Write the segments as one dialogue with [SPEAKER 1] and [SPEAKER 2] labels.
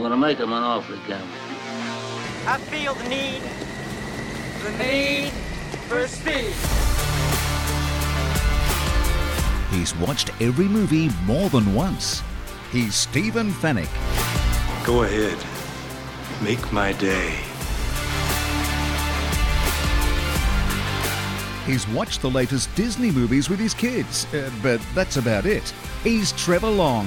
[SPEAKER 1] gonna make him an offer again.
[SPEAKER 2] I feel the need, the need for speed.
[SPEAKER 3] He's watched every movie more than once. He's Stephen Fennick.
[SPEAKER 4] Go ahead. Make my day.
[SPEAKER 3] He's watched the latest Disney movies with his kids, uh, but that's about it. He's Trevor Long.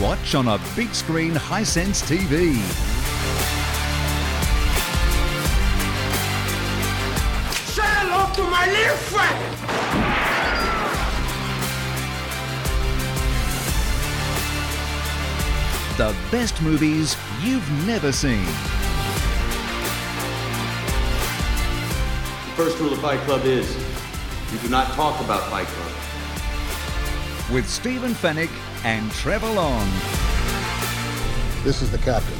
[SPEAKER 3] Watch on a big screen Hisense TV.
[SPEAKER 2] Say hello to my little friend!
[SPEAKER 3] The best movies you've never seen.
[SPEAKER 5] The first rule of Fight Club is you do not talk about Fight Club.
[SPEAKER 3] With Stephen Fennick and Trevor Long.
[SPEAKER 6] This is the captain.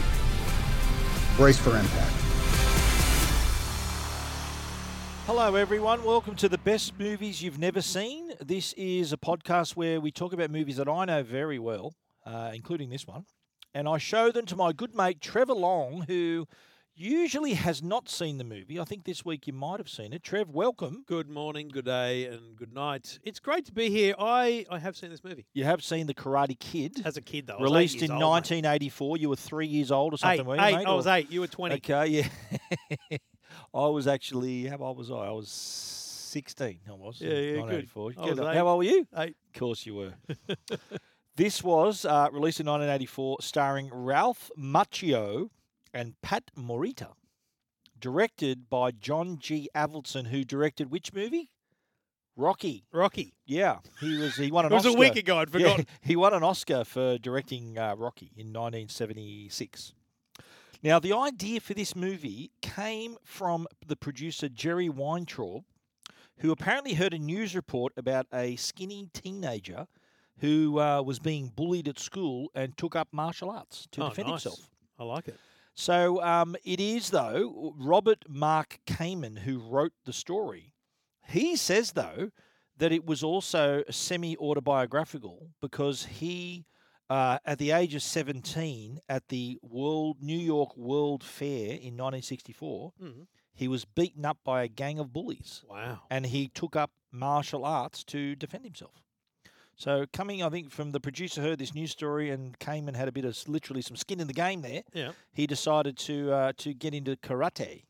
[SPEAKER 6] Brace for impact.
[SPEAKER 7] Hello, everyone. Welcome to the best movies you've never seen. This is a podcast where we talk about movies that I know very well, uh, including this one, and I show them to my good mate Trevor Long, who usually has not seen the movie. I think this week you might have seen it. Trev, welcome.
[SPEAKER 8] Good morning, good day, and good night. It's great to be here. I, I have seen this movie
[SPEAKER 7] You have seen The Karate Kid,
[SPEAKER 8] as a kid, though. I was eight
[SPEAKER 7] released
[SPEAKER 8] years
[SPEAKER 7] in
[SPEAKER 8] old, mate.
[SPEAKER 7] 1984. You were three years old or something,
[SPEAKER 8] Eight,
[SPEAKER 7] weren't you,
[SPEAKER 8] eight,
[SPEAKER 7] mate?
[SPEAKER 8] I was
[SPEAKER 7] Or-
[SPEAKER 8] eight. You were 20.
[SPEAKER 7] Okay, yeah. I was actually, how old was I? I was 16. I was.
[SPEAKER 8] Yeah, yeah, good.
[SPEAKER 7] 1984.
[SPEAKER 8] I was
[SPEAKER 7] Good.
[SPEAKER 8] eight.
[SPEAKER 7] How old were you?
[SPEAKER 8] Eight.
[SPEAKER 7] Of course you were. this was uh, released in 1984, starring Ralph Macchio and Pat Morita, directed by John G. Avildsen, who directed which movie? Rocky.
[SPEAKER 8] Rocky.
[SPEAKER 7] Yeah, he was. He won an.
[SPEAKER 8] It was a
[SPEAKER 7] Oscar.
[SPEAKER 8] week ago. I'd
[SPEAKER 7] Yeah,
[SPEAKER 8] forgotten.
[SPEAKER 7] he won an Oscar for directing uh, Rocky in 1976. Now, the idea for this movie came from the producer Jerry Weintraub, who apparently heard a news report about a skinny teenager who uh, was being bullied at school and took up martial arts to
[SPEAKER 8] Oh,
[SPEAKER 7] defend
[SPEAKER 8] nice.
[SPEAKER 7] himself.
[SPEAKER 8] I like it.
[SPEAKER 7] So um, it is, though, Robert Mark Kamen who wrote the story. He says, though, that it was also semi autobiographical because he, uh, at the age of 17, at the World New York World Fair in 1964,
[SPEAKER 8] Mhm.
[SPEAKER 7] he was beaten up by a gang of bullies
[SPEAKER 8] Wow.
[SPEAKER 7] and he took up martial arts to defend himself. So, coming, I think, from the producer heard this news story and Kamen had a bit of s- literally some skin in the game there
[SPEAKER 8] Yeah.
[SPEAKER 7] he decided to uh, to get into karate.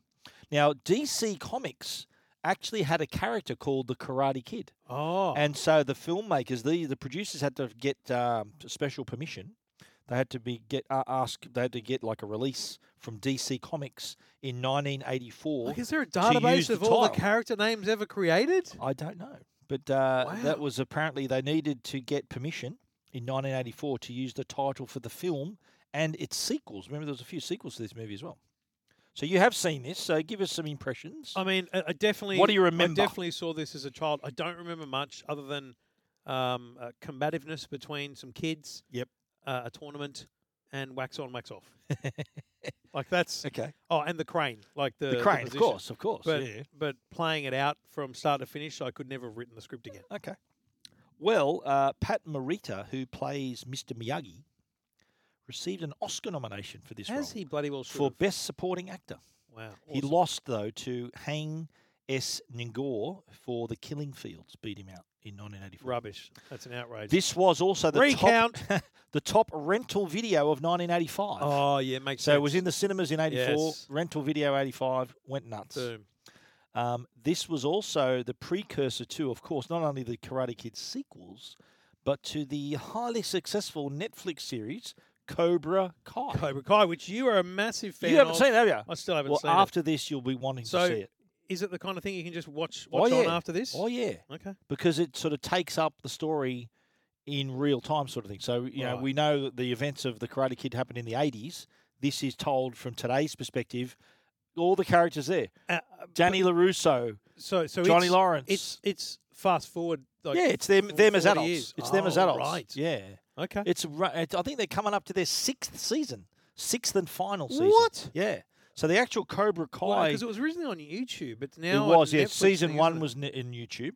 [SPEAKER 7] Now, DC Comics actually had a character called the Karate Kid,
[SPEAKER 8] Oh.
[SPEAKER 7] and so the filmmakers, the the producers, had to get um, special permission. They had to be get uh, ask. They had to get like a release from DC Comics in 1984.
[SPEAKER 8] like, is there a
[SPEAKER 7] to use
[SPEAKER 8] database of
[SPEAKER 7] the
[SPEAKER 8] all the
[SPEAKER 7] title.
[SPEAKER 8] character names ever created?
[SPEAKER 7] I don't know, but uh, that
[SPEAKER 8] Wow.
[SPEAKER 7] was apparently they needed to get permission in 1984 to use the title for the film and its sequels. Remember, there was a few sequels to this movie as well. So you have seen this. So give us some impressions.
[SPEAKER 8] I mean, I, I definitely.
[SPEAKER 7] What do you
[SPEAKER 8] I
[SPEAKER 7] remember?
[SPEAKER 8] definitely saw this as a child. I don't remember much other than um, uh, combativeness between some kids.
[SPEAKER 7] Yep.
[SPEAKER 8] Uh, a tournament and wax on, wax off. like that's
[SPEAKER 7] okay,
[SPEAKER 8] oh, and the crane, like the,
[SPEAKER 7] the, crane, of
[SPEAKER 8] position.
[SPEAKER 7] course, of course.
[SPEAKER 8] But
[SPEAKER 7] yeah.
[SPEAKER 8] but playing it out from start to finish, I could never have written the script again.
[SPEAKER 7] Okay. Well, uh, Pat Morita, who plays Mr. Miyagi, received an Oscar nomination for this
[SPEAKER 8] As
[SPEAKER 7] role
[SPEAKER 8] he bloody well should.
[SPEAKER 7] for
[SPEAKER 8] have.
[SPEAKER 7] Best Supporting Actor.
[SPEAKER 8] wow,
[SPEAKER 7] Uh, He
[SPEAKER 8] awesome.
[SPEAKER 7] lost though to Hang S. Ngor for the Killing Fields, beat him out in 1984.
[SPEAKER 8] rubbish. That's an outrage.
[SPEAKER 7] This was also the
[SPEAKER 8] Recount.
[SPEAKER 7] top the top rental video of 1985.
[SPEAKER 8] oh yeah, makes
[SPEAKER 7] so
[SPEAKER 8] sense.
[SPEAKER 7] it was in the cinemas in 84,
[SPEAKER 8] Yes.
[SPEAKER 7] rental video 85 went nuts.
[SPEAKER 8] Boom.
[SPEAKER 7] Um, this was also the precursor to, of course, not only the Karate Kid sequels, but to the highly successful Netflix series Cobra Kai.
[SPEAKER 8] Cobra Kai, which you are a massive fan.
[SPEAKER 7] you haven't
[SPEAKER 8] of.
[SPEAKER 7] seen it, have you?
[SPEAKER 8] I still haven't
[SPEAKER 7] well,
[SPEAKER 8] seen
[SPEAKER 7] after this, you'll be wanting
[SPEAKER 8] it. So
[SPEAKER 7] to see it.
[SPEAKER 8] is it the kind of thing you can just watch watch
[SPEAKER 7] oh,
[SPEAKER 8] on
[SPEAKER 7] yeah.
[SPEAKER 8] after this?
[SPEAKER 7] Oh yeah,
[SPEAKER 8] Okay.
[SPEAKER 7] because it sort of takes up the story in real time, sort of thing. So you know,
[SPEAKER 8] Right.
[SPEAKER 7] we know that the events of the Karate Kid happened in the '80s. This is told from today's perspective. All the characters there:
[SPEAKER 8] Uh,
[SPEAKER 7] Danny Larusso.
[SPEAKER 8] so so
[SPEAKER 7] Johnny
[SPEAKER 8] it's,
[SPEAKER 7] Lawrence.
[SPEAKER 8] It's it's fast forward. Like
[SPEAKER 7] yeah, it's them.
[SPEAKER 8] f-
[SPEAKER 7] Them as
[SPEAKER 8] 40
[SPEAKER 7] adults.
[SPEAKER 8] years.
[SPEAKER 7] It's them as
[SPEAKER 8] Oh,
[SPEAKER 7] adults.
[SPEAKER 8] Right.
[SPEAKER 7] Yeah.
[SPEAKER 8] Okay.
[SPEAKER 7] It's, ru- it's. I think they're coming up to their sixth season, sixth and final season.
[SPEAKER 8] What?
[SPEAKER 7] Yeah. So the actual Cobra Kai.
[SPEAKER 8] because it was originally on YouTube, but now
[SPEAKER 7] it was,
[SPEAKER 8] on
[SPEAKER 7] yeah.
[SPEAKER 8] Netflix, I
[SPEAKER 7] Season
[SPEAKER 8] think,
[SPEAKER 7] one
[SPEAKER 8] isn't it?
[SPEAKER 7] was n- in YouTube.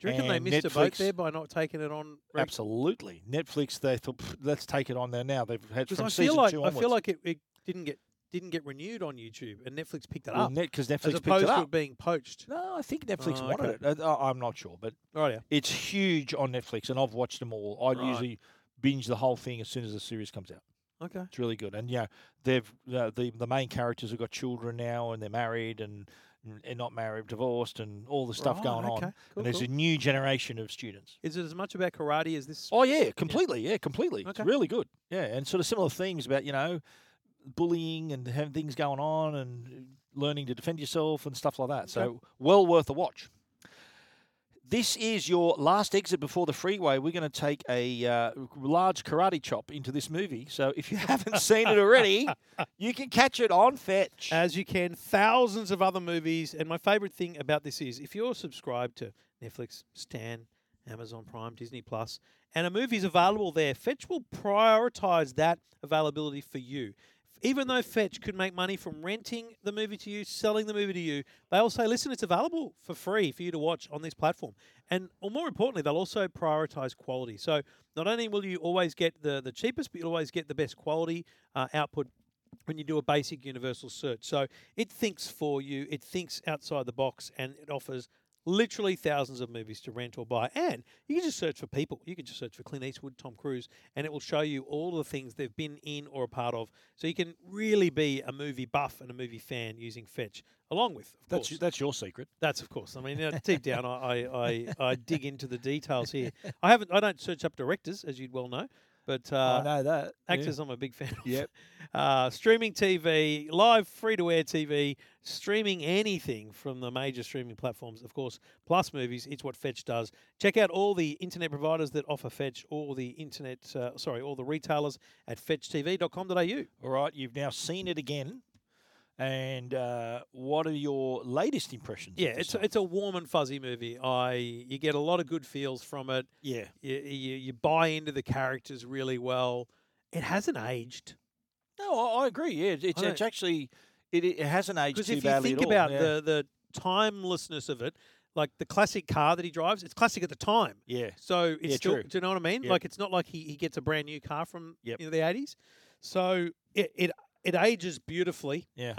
[SPEAKER 8] Do you reckon they
[SPEAKER 7] and
[SPEAKER 8] missed a boat
[SPEAKER 7] Netflix-
[SPEAKER 8] there by not taking it on? reg-
[SPEAKER 7] Absolutely. Netflix, they thought, "Pff, let's take it on there now. They've had
[SPEAKER 8] Because
[SPEAKER 7] from
[SPEAKER 8] I
[SPEAKER 7] season
[SPEAKER 8] feel like
[SPEAKER 7] two
[SPEAKER 8] I
[SPEAKER 7] onwards.
[SPEAKER 8] feel like it, it didn't get didn't get renewed on YouTube, and Netflix picked it up
[SPEAKER 7] because
[SPEAKER 8] as
[SPEAKER 7] Netflix picked
[SPEAKER 8] opposed
[SPEAKER 7] it
[SPEAKER 8] to
[SPEAKER 7] up.
[SPEAKER 8] it being poached.
[SPEAKER 7] No, I think Netflix
[SPEAKER 8] Oh,
[SPEAKER 7] wanted
[SPEAKER 8] okay.
[SPEAKER 7] it. I, I- I'm not sure, but
[SPEAKER 8] Right.
[SPEAKER 7] it's huge on Netflix, and I've watched them all. I
[SPEAKER 8] Right.
[SPEAKER 7] usually binge the whole thing as soon as the series comes out.
[SPEAKER 8] Okay.
[SPEAKER 7] It's really good, and yeah, they've uh, the the main characters have got children now, and they're married and and not married, divorced, and all the stuff
[SPEAKER 8] Right,
[SPEAKER 7] going on.
[SPEAKER 8] okay. Cool,
[SPEAKER 7] and there's
[SPEAKER 8] cool.
[SPEAKER 7] a new generation of students.
[SPEAKER 8] Is it as much about karate as this?
[SPEAKER 7] Oh yeah, completely. Yeah, completely. It's
[SPEAKER 8] Okay.
[SPEAKER 7] really good. Yeah, and sort of similar themes about you know bullying and having things going on and learning to defend yourself and stuff like that. So well worth a watch. This is your last exit before the freeway. We're going to take a uh, large karate chop into this movie. So if you haven't seen it already, you can catch it on Fetch.
[SPEAKER 8] as you can thousands of other movies and my favorite thing about this is if you're subscribed to netflix stan amazon prime disney plus and a movie's available there fetch will prioritize that availability for you even though fetch could make money from renting the movie to you selling the movie to you they'll say listen it's available for free for you to watch on this platform and or more importantly they'll also prioritize quality so not only will you always get the, the cheapest but you'll always get the best quality uh, output when you do a basic universal search. So it thinks for you, it thinks outside the box, and it offers literally thousands of movies to rent or buy. And you can just search for people. You can just search for Clint Eastwood, Tom Cruise, and it will show you all the things they've been in or a part of. So you can really be a movie buff and a movie fan using Fetch, along with, of
[SPEAKER 7] that's
[SPEAKER 8] course.
[SPEAKER 7] that's your secret.
[SPEAKER 8] That's of course. I mean, you know, deep down, I, I, I, I dig into the details here. I haven't. I don't search up directors, as you'd well know, but uh,
[SPEAKER 7] know that.
[SPEAKER 8] Actors, I'm a big fan. Of.
[SPEAKER 7] Yep.
[SPEAKER 8] Uh, streaming TV, live free to air TV, streaming anything from the major streaming platforms, of course, plus movies. It's what Fetch does. Check out all the internet providers that offer Fetch, all the internet, uh, sorry, all the retailers at fetchtv.com.au.
[SPEAKER 7] All right, you've now seen it again. And uh, what are your latest impressions? of
[SPEAKER 8] Yeah,
[SPEAKER 7] this
[SPEAKER 8] it's a,
[SPEAKER 7] one?
[SPEAKER 8] it's a warm and fuzzy movie. I you get a lot of good feels from it.
[SPEAKER 7] yeah.
[SPEAKER 8] You, you, you buy into the characters really well. It hasn't aged.
[SPEAKER 7] No, I, I agree. Yeah, it's, it's,
[SPEAKER 8] I
[SPEAKER 7] it's actually it, it hasn't aged
[SPEAKER 8] Because
[SPEAKER 7] too
[SPEAKER 8] if you
[SPEAKER 7] badly
[SPEAKER 8] think
[SPEAKER 7] at all.
[SPEAKER 8] about
[SPEAKER 7] yeah.
[SPEAKER 8] the the timelessness of it, like the classic car that he drives, it's classic at the time.
[SPEAKER 7] yeah,
[SPEAKER 8] So it's
[SPEAKER 7] Yeah,
[SPEAKER 8] still,
[SPEAKER 7] true.
[SPEAKER 8] do you know what I mean?
[SPEAKER 7] Yep.
[SPEAKER 8] Like it's not like he, he gets a brand new car from
[SPEAKER 7] Yep.
[SPEAKER 8] you know, the eighties. So it, it it ages beautifully.
[SPEAKER 7] Yeah.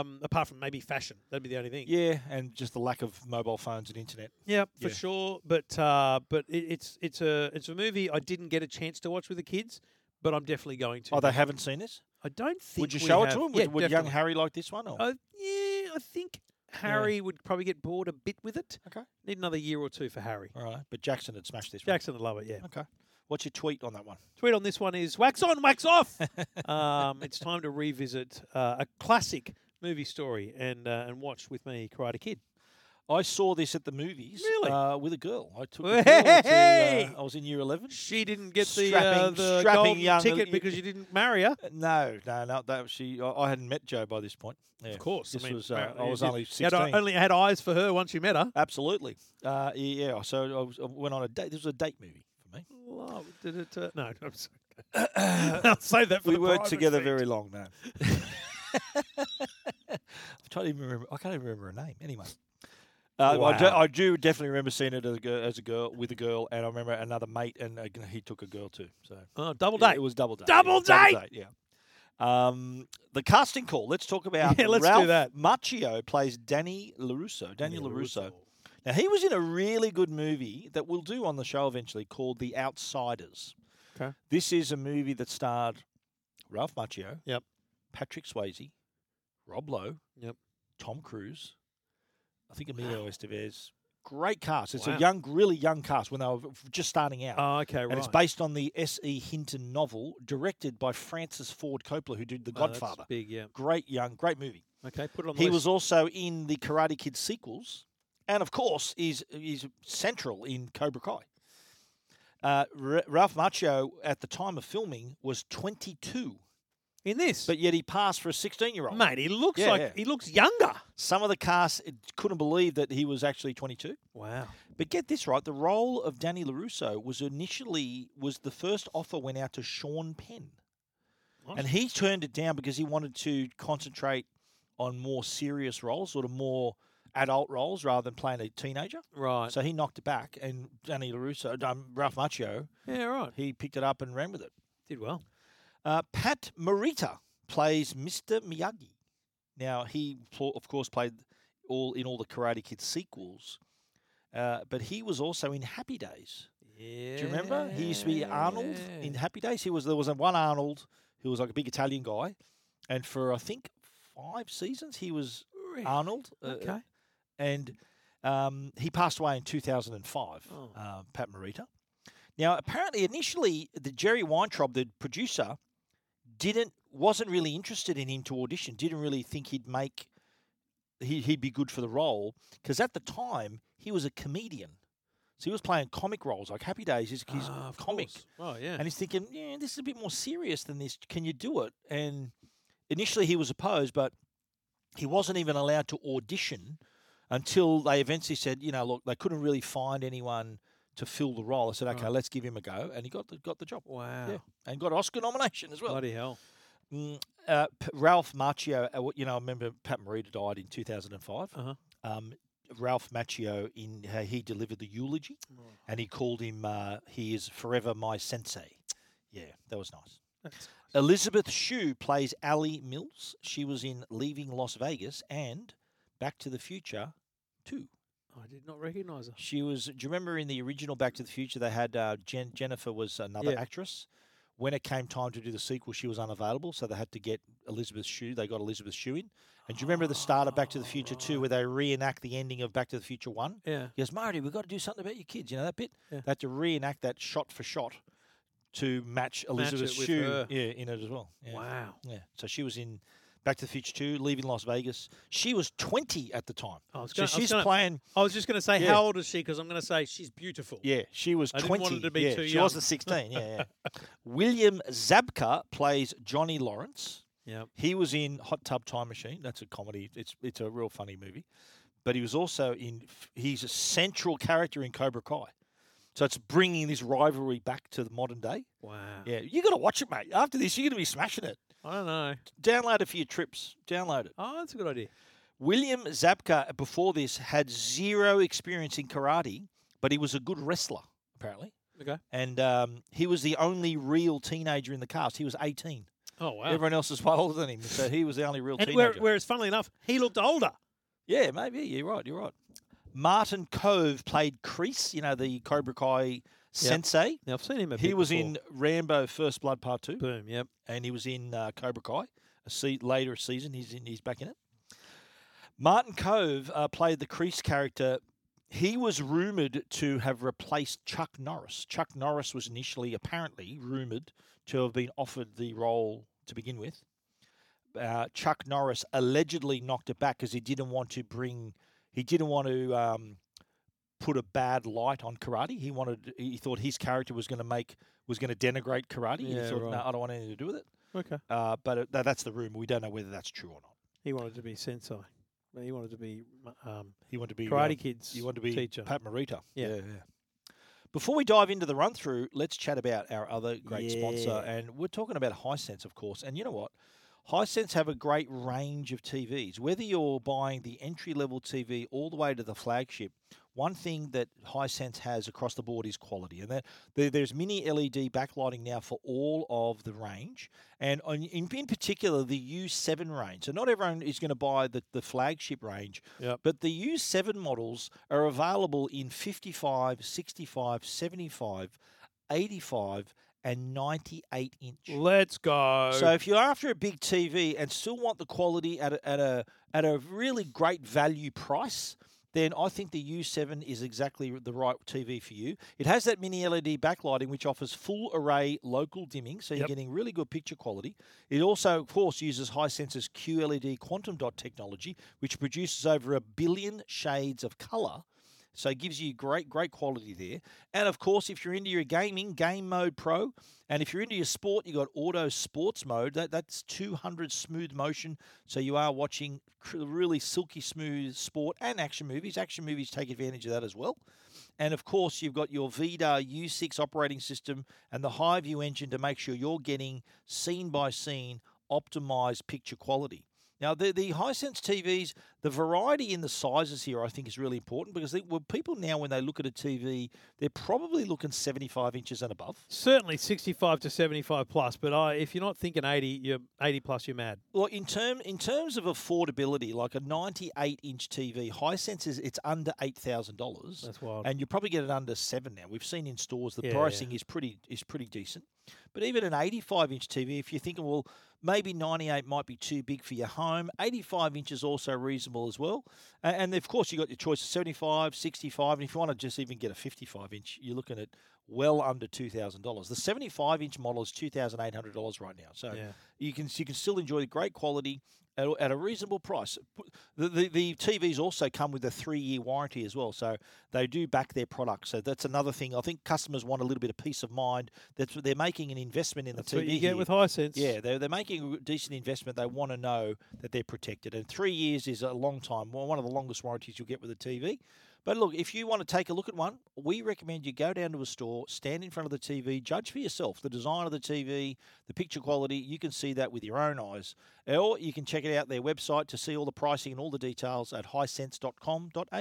[SPEAKER 8] Um, apart from maybe fashion, that'd be the only thing.
[SPEAKER 7] yeah, and just the lack of mobile phones and internet.
[SPEAKER 8] Yeah, for
[SPEAKER 7] Yeah.
[SPEAKER 8] sure. But uh, but it, it's it's a it's a movie I didn't get a chance to watch with the kids, but I'm definitely going to.
[SPEAKER 7] Oh, they haven't seen this.
[SPEAKER 8] I don't think.
[SPEAKER 7] Would you
[SPEAKER 8] we
[SPEAKER 7] show it
[SPEAKER 8] have-
[SPEAKER 7] to them? Would,
[SPEAKER 8] Yeah,
[SPEAKER 7] would young
[SPEAKER 8] definitely.
[SPEAKER 7] Harry like this one? Or?
[SPEAKER 8] Uh, yeah, I think Harry would probably get bored a bit with it.
[SPEAKER 7] Okay.
[SPEAKER 8] Need another year or two for Harry.
[SPEAKER 7] all right, but Jackson had smashed this.
[SPEAKER 8] Jackson would love it, yeah.
[SPEAKER 7] One. Okay. What's your tweet on that one?
[SPEAKER 8] Tweet on this one is wax on, wax off. um, it's time to revisit uh, a classic movie story and uh, and watch with me Karate Kid.
[SPEAKER 7] I saw this at the movies.
[SPEAKER 8] Really?
[SPEAKER 7] Uh, with a girl. I took. a girl to,
[SPEAKER 8] Hey!
[SPEAKER 7] uh, I was in year eleven.
[SPEAKER 8] She didn't get the, uh,
[SPEAKER 7] Strapping-
[SPEAKER 8] the
[SPEAKER 7] strapping
[SPEAKER 8] golden
[SPEAKER 7] young-
[SPEAKER 8] ticket because you didn't marry her.
[SPEAKER 7] No, no, no. That was she. I, I hadn't met Joe by this point. Yeah.
[SPEAKER 8] Of course,
[SPEAKER 7] This
[SPEAKER 8] I mean,
[SPEAKER 7] was. Uh,
[SPEAKER 8] mar-
[SPEAKER 7] I
[SPEAKER 8] you
[SPEAKER 7] was
[SPEAKER 8] did-
[SPEAKER 7] only
[SPEAKER 8] you had,
[SPEAKER 7] sixteen.
[SPEAKER 8] uh, only had eyes for her once you met her.
[SPEAKER 7] Absolutely. Uh, yeah. So I was, I went on a date. This was a date movie for me.
[SPEAKER 8] Love, did it? Uh, no, I'm sorry. I'll save that for
[SPEAKER 7] we
[SPEAKER 8] the
[SPEAKER 7] weren't
[SPEAKER 8] private
[SPEAKER 7] together
[SPEAKER 8] bit.
[SPEAKER 7] very long, no. I'm trying to even remember. I can't even remember her name. Anyway, uh, I, do,
[SPEAKER 8] Wow.
[SPEAKER 7] I do definitely remember seeing it as a, girl, as a girl with a girl, and I remember another mate, and uh, he took a girl too. So
[SPEAKER 8] Oh, double
[SPEAKER 7] Yeah,
[SPEAKER 8] date.
[SPEAKER 7] It was double date.
[SPEAKER 8] Double
[SPEAKER 7] yeah,
[SPEAKER 8] date!
[SPEAKER 7] yeah. Um, the casting call. Let's talk about.
[SPEAKER 8] Yeah, let's do
[SPEAKER 7] Ralph
[SPEAKER 8] that.
[SPEAKER 7] Macchio plays Danny Larusso. Danny Larusso. Now he was in a really good movie that we'll do on the show eventually called The Outsiders.
[SPEAKER 8] Okay.
[SPEAKER 7] This is a movie that starred Ralph Macchio.
[SPEAKER 8] Yep.
[SPEAKER 7] Patrick Swayze, Rob Lowe.
[SPEAKER 8] Yep.
[SPEAKER 7] Tom Cruise. I think Emilio Estevez. Great cast. It's a
[SPEAKER 8] Wow.
[SPEAKER 7] young, really young cast when they were f- just starting out.
[SPEAKER 8] Oh, okay, right.
[SPEAKER 7] And it's based on the S.E. Hinton novel, directed by Francis Ford Coppola, who did The
[SPEAKER 8] Oh, that's
[SPEAKER 7] Godfather.
[SPEAKER 8] big, yeah.
[SPEAKER 7] Great young, great movie.
[SPEAKER 8] Okay, put it on the
[SPEAKER 7] He
[SPEAKER 8] list.
[SPEAKER 7] was also in the Karate Kid sequels, and of course, is is central in Cobra Kai. Uh, R- Ralph Macchio at the time of filming was 22,
[SPEAKER 8] in this.
[SPEAKER 7] but yet he passed for a 16 year old.
[SPEAKER 8] mate, he looks
[SPEAKER 7] Yeah,
[SPEAKER 8] like
[SPEAKER 7] yeah.
[SPEAKER 8] he looks younger.
[SPEAKER 7] Some of the cast uh, couldn't believe that he was actually 22.
[SPEAKER 8] Wow.
[SPEAKER 7] But get this right: the role of Danny LaRusso was initially was the first offer went out to Sean Penn, and he turned it down because he wanted to concentrate on more serious roles, sort of more adult roles, rather than playing a teenager.
[SPEAKER 8] Right.
[SPEAKER 7] So he knocked it back, and Danny LaRusso, um, Ralph Macchio,
[SPEAKER 8] yeah, right.
[SPEAKER 7] he picked it up and ran with it.
[SPEAKER 8] Did well.
[SPEAKER 7] Uh, Pat Morita plays Mr. Miyagi. Now he, pl- of course, played all in all the Karate Kid sequels, uh, but he was also in Happy Days.
[SPEAKER 8] Yeah.
[SPEAKER 7] Do you remember? He used to be Arnold in Happy Days. He was there was a one Arnold who was like a big Italian guy, and for I think five seasons he was
[SPEAKER 8] Really?
[SPEAKER 7] Arnold. uh,
[SPEAKER 8] Okay.
[SPEAKER 7] and um, he passed away in 2005,
[SPEAKER 8] Oh.
[SPEAKER 7] uh, Pat Morita. Now, apparently, initially, the Jerry Weintraub, the producer, didn't wasn't really interested in him to audition. Didn't really think he'd make he, he'd be good for the role because at the time he was a comedian, so he was playing comic roles like Happy Days. He's, he's
[SPEAKER 8] Ah, of
[SPEAKER 7] comic,
[SPEAKER 8] course. Right, yeah.
[SPEAKER 7] and he's thinking, yeah, this is a bit more serious than this. Can you do it? And initially he was opposed, but he wasn't even allowed to audition until they eventually said, you know, look, they couldn't really find anyone to fill the role. I said, okay, let's give him a go, and he got the, got the job.
[SPEAKER 8] wow.
[SPEAKER 7] Yeah, and got Oscar nomination as well.
[SPEAKER 8] Bloody hell.
[SPEAKER 7] Mm, uh, P- Ralph Macchio, uh, w- you know, I remember Pat Morita died in 2005.
[SPEAKER 8] Uh-huh.
[SPEAKER 7] Um, Ralph Macchio, in uh, he delivered the eulogy, and he called him, uh, he is forever my sensei. Yeah, that was nice.
[SPEAKER 8] That's-
[SPEAKER 7] Elizabeth Shue plays Allie Mills. She was in Leaving Las Vegas and Back to the Future 2.
[SPEAKER 8] I did not recognise her.
[SPEAKER 7] She was. Do you remember in the original Back to the Future they had uh, Jen, Jennifer was another
[SPEAKER 8] Yeah.
[SPEAKER 7] actress. When it came time to do the sequel, she was unavailable, so they had to get Elizabeth Shue. They got Elizabeth Shue in. And do you remember the start of Back to the Future Two, where they reenact the ending of Back to the Future One?
[SPEAKER 8] Yeah.
[SPEAKER 7] He goes, Marty, we've got to do something about your kids. You know that bit?
[SPEAKER 8] Yeah.
[SPEAKER 7] They had to reenact that shot for shot to match Elizabeth
[SPEAKER 8] with
[SPEAKER 7] Shue
[SPEAKER 8] her.
[SPEAKER 7] yeah, in it as well. Yeah.
[SPEAKER 8] Wow.
[SPEAKER 7] Yeah. So she was in Back to the Future Two, leaving Las Vegas. She was twenty at the time.
[SPEAKER 8] Oh, I was
[SPEAKER 7] so
[SPEAKER 8] gonna- I was
[SPEAKER 7] she's
[SPEAKER 8] gonna-
[SPEAKER 7] playing.
[SPEAKER 8] I was just going to say,
[SPEAKER 7] Yeah.
[SPEAKER 8] how old is she? Because I'm going to say she's beautiful.
[SPEAKER 7] Yeah, she was
[SPEAKER 8] I didn't
[SPEAKER 7] 20.
[SPEAKER 8] want her to be
[SPEAKER 7] yeah,
[SPEAKER 8] too
[SPEAKER 7] she wasn't 16. Yeah, yeah. William Zabka plays Johnny Lawrence.
[SPEAKER 8] Yep.
[SPEAKER 7] He was in Hot Tub Time Machine. That's a comedy. It's it's a real funny movie. But he was also in. f- He's a central character in Cobra Kai. So it's bringing this rivalry back to the modern day.
[SPEAKER 8] Wow.
[SPEAKER 7] Yeah, you got to watch it, mate. After this, you're going to be smashing it.
[SPEAKER 8] I don't know.
[SPEAKER 7] Download it for your trips. Download it.
[SPEAKER 8] Oh, that's a good idea.
[SPEAKER 7] William Zabka, before this, had zero experience in karate, but he was a good wrestler, apparently.
[SPEAKER 8] Okay.
[SPEAKER 7] And um, he was the only real teenager in the cast. He was 18.
[SPEAKER 8] Oh, wow.
[SPEAKER 7] Everyone else is way older than him, so he was the only real
[SPEAKER 8] and where,
[SPEAKER 7] teenager.
[SPEAKER 8] whereas, funnily enough, he looked older.
[SPEAKER 7] Yeah, maybe. You're right. You're right. Martin Cove played Crease, you know, the Cobra Kai sensei.
[SPEAKER 8] Now, I've seen him a bit
[SPEAKER 7] He was
[SPEAKER 8] before.
[SPEAKER 7] in Rambo First Blood Part 2.
[SPEAKER 8] Boom, yep.
[SPEAKER 7] and he was in uh, Cobra Kai. A se- later season, he's in, he's back in it. Martin Cove uh, played the crease character. He was rumored to have replaced Chuck Norris. Chuck Norris was initially, apparently, rumored to have been offered the role to begin with. Uh, Chuck Norris allegedly knocked it back because he didn't want to bring, he didn't want to um, put a bad light on karate. He wanted, he thought his character was going to make, was going to denigrate karate. and
[SPEAKER 8] Yeah,
[SPEAKER 7] he thought, no,
[SPEAKER 8] right.
[SPEAKER 7] I don't want anything to do with it.
[SPEAKER 8] Okay.
[SPEAKER 7] Uh, but it, that, that's the rumor. We don't know whether that's true or not.
[SPEAKER 8] He wanted to be sensei. He wanted to be um,
[SPEAKER 7] He wanted to be
[SPEAKER 8] Karate
[SPEAKER 7] um,
[SPEAKER 8] Kid's
[SPEAKER 7] You want to be
[SPEAKER 8] teacher.
[SPEAKER 7] Pat Morita.
[SPEAKER 8] Yeah.
[SPEAKER 7] Before we dive into the run through, let's chat about our other great sponsor,
[SPEAKER 8] Yeah.
[SPEAKER 7] and we're talking about Hisense, of course. And you know what? Hisense have a great range of TVs. Whether you're buying the entry level TV all the way to the flagship, one thing that Hisense has across the board is quality, and that there, there's mini LED backlighting now for all of the range, and on, in, in particular the U7 range. So not everyone is going to buy the, the flagship range,
[SPEAKER 8] Yep.
[SPEAKER 7] but the U7 models are available in 55, 65, 75, 85, and 98 inch.
[SPEAKER 8] Let's go.
[SPEAKER 7] So if you're after a big TV and still want the quality at a, at a at a really great value price, then I think the U7 is exactly the right TV for you. It has that mini LED backlighting which offers full array local dimming, so you're getting really good picture quality. It also, of course, uses Hisense's QLED quantum dot technology, which produces over a billion shades of color So it gives you great, great quality there. And of course, if you're into your gaming, Game Mode Pro. And if you're into your sport, you've got Auto Sports Mode. That, that's 200 smooth motion. So you are watching cr- really silky smooth sport and action movies. Action movies take advantage of that as well. And of course, you've got your VDAR U6 operating system and the HighView engine to make sure you're getting scene by scene optimized picture quality. Now, the, the Hisense TVs, the variety in the sizes here, I think, is really important because they, well, people now, when they look at a TV, they're probably looking 75 inches and above.
[SPEAKER 8] Certainly 65 to 75 plus, but I, if you're not thinking 80, you're 80 plus, you're mad.
[SPEAKER 7] Well, in term in terms of affordability, like a 98 inch TV, Hisense is it's under eight thousand dollars.
[SPEAKER 8] That's wild.
[SPEAKER 7] and you probably get it under seven now. We've seen in stores the
[SPEAKER 8] Yeah, yeah.
[SPEAKER 7] pricing is pretty is pretty decent. But even an 85 inch TV, if you're thinking, well, maybe 98 might be too big for your home, 85 inch is also reasonable as well. A- And of course, you got your choice of 75, 65, and if you want to just even get a 55 inch, you're looking at well under two thousand dollars. The 75 inch model is two thousand eight hundred dollars right now. So
[SPEAKER 8] Yeah.
[SPEAKER 7] you can you can still enjoy the great quality at, a- at a reasonable price. P- The, the the TVs also come with a three year warranty as well, so they do back their products. So that's another thing. I think customers want a little bit of peace of mind that they're making an investment in
[SPEAKER 8] That's
[SPEAKER 7] the TV.
[SPEAKER 8] what you
[SPEAKER 7] here.
[SPEAKER 8] get with Hisense.
[SPEAKER 7] Yeah, they're, they're making a decent investment. They want to know that they're protected. And three years is a long time, well, one of the longest warranties you'll get with a TV. But look, if you want to take a look at one, we recommend you go down to a store, stand in front of the TV, judge for yourself the design of the TV, the picture quality. You can see that with your own eyes. Or you can check it out their website to see all the pricing and all the details at highsense.com.au.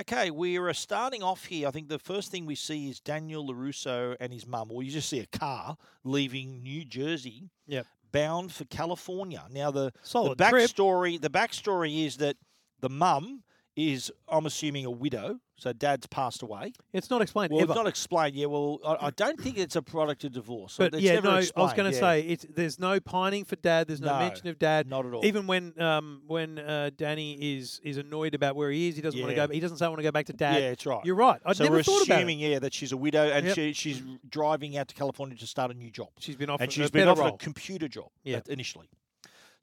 [SPEAKER 7] Okay, we're uh, starting off here. I think the first thing we see is Daniel LaRusso and his mum, or you just see a car leaving New Jersey
[SPEAKER 8] Yep.
[SPEAKER 7] bound for California. Now the, the
[SPEAKER 8] Solid trip.
[SPEAKER 7] backstory the backstory is that the mum is, I'm assuming, a widow. So dad's passed away.
[SPEAKER 8] It's not explained
[SPEAKER 7] Well,
[SPEAKER 8] ever.
[SPEAKER 7] it's not explained. Yeah, well, I, I don't think it's a product of divorce.
[SPEAKER 8] but
[SPEAKER 7] it's
[SPEAKER 8] yeah,
[SPEAKER 7] never
[SPEAKER 8] no, I was
[SPEAKER 7] explained,
[SPEAKER 8] going to
[SPEAKER 7] yeah.
[SPEAKER 8] say it's there's no pining for dad. There's no,
[SPEAKER 7] No,
[SPEAKER 8] mention of dad.
[SPEAKER 7] not at all.
[SPEAKER 8] Even when um, when uh, Danny is is annoyed about where he is, he doesn't want to
[SPEAKER 7] Yeah.
[SPEAKER 8] go. He doesn't say I want to go back to dad.
[SPEAKER 7] Yeah, it's right.
[SPEAKER 8] You're right. I
[SPEAKER 7] so
[SPEAKER 8] never
[SPEAKER 7] we're
[SPEAKER 8] thought about
[SPEAKER 7] assuming,
[SPEAKER 8] it.
[SPEAKER 7] yeah, that she's a widow and
[SPEAKER 8] Yep.
[SPEAKER 7] she, she's driving out to California to start a new job.
[SPEAKER 8] She's been offered
[SPEAKER 7] and
[SPEAKER 8] a
[SPEAKER 7] she's been
[SPEAKER 8] better
[SPEAKER 7] offered a
[SPEAKER 8] role.
[SPEAKER 7] computer job
[SPEAKER 8] Yeah.
[SPEAKER 7] at- initially.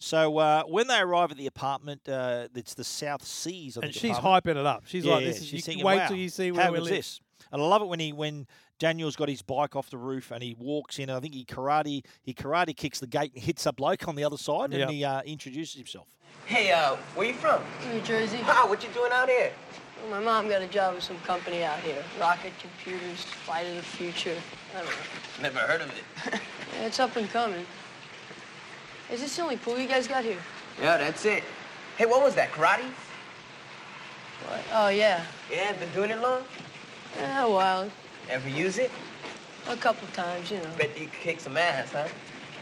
[SPEAKER 7] So uh, when they arrive at the apartment, uh, it's the South Seas. I
[SPEAKER 8] And
[SPEAKER 7] think
[SPEAKER 8] she's
[SPEAKER 7] apartment.
[SPEAKER 8] hyping it up. She's
[SPEAKER 7] Yeah,
[SPEAKER 8] like,
[SPEAKER 7] yeah,
[SPEAKER 8] this is,
[SPEAKER 7] she's
[SPEAKER 8] you
[SPEAKER 7] thinking,
[SPEAKER 8] wait
[SPEAKER 7] wow,
[SPEAKER 8] till you see
[SPEAKER 7] how
[SPEAKER 8] where we
[SPEAKER 7] good's
[SPEAKER 8] live.
[SPEAKER 7] this. And I love it when he when Daniel's got his bike off the roof and he walks in. And I think he karate he karate kicks the gate and hits a bloke on the other side,
[SPEAKER 8] Yep.
[SPEAKER 7] and he uh, introduces himself.
[SPEAKER 2] Hey, uh, where you from?
[SPEAKER 1] New Jersey.
[SPEAKER 2] Wow, what you doing out here?
[SPEAKER 1] Well, My mom got a job with some company out here. Rocket computers, flight of the future. I don't know.
[SPEAKER 2] Never heard of it.
[SPEAKER 1] Yeah, It's up and coming. Is this the only pool you guys got here?
[SPEAKER 2] yeah, that's it. Hey, what was that, karate?
[SPEAKER 1] What? Oh, yeah.
[SPEAKER 2] Yeah, been doing it long?
[SPEAKER 1] Eh, a while.
[SPEAKER 2] Ever use it?
[SPEAKER 1] A couple times, you know.
[SPEAKER 2] Bet you could kick some ass, huh?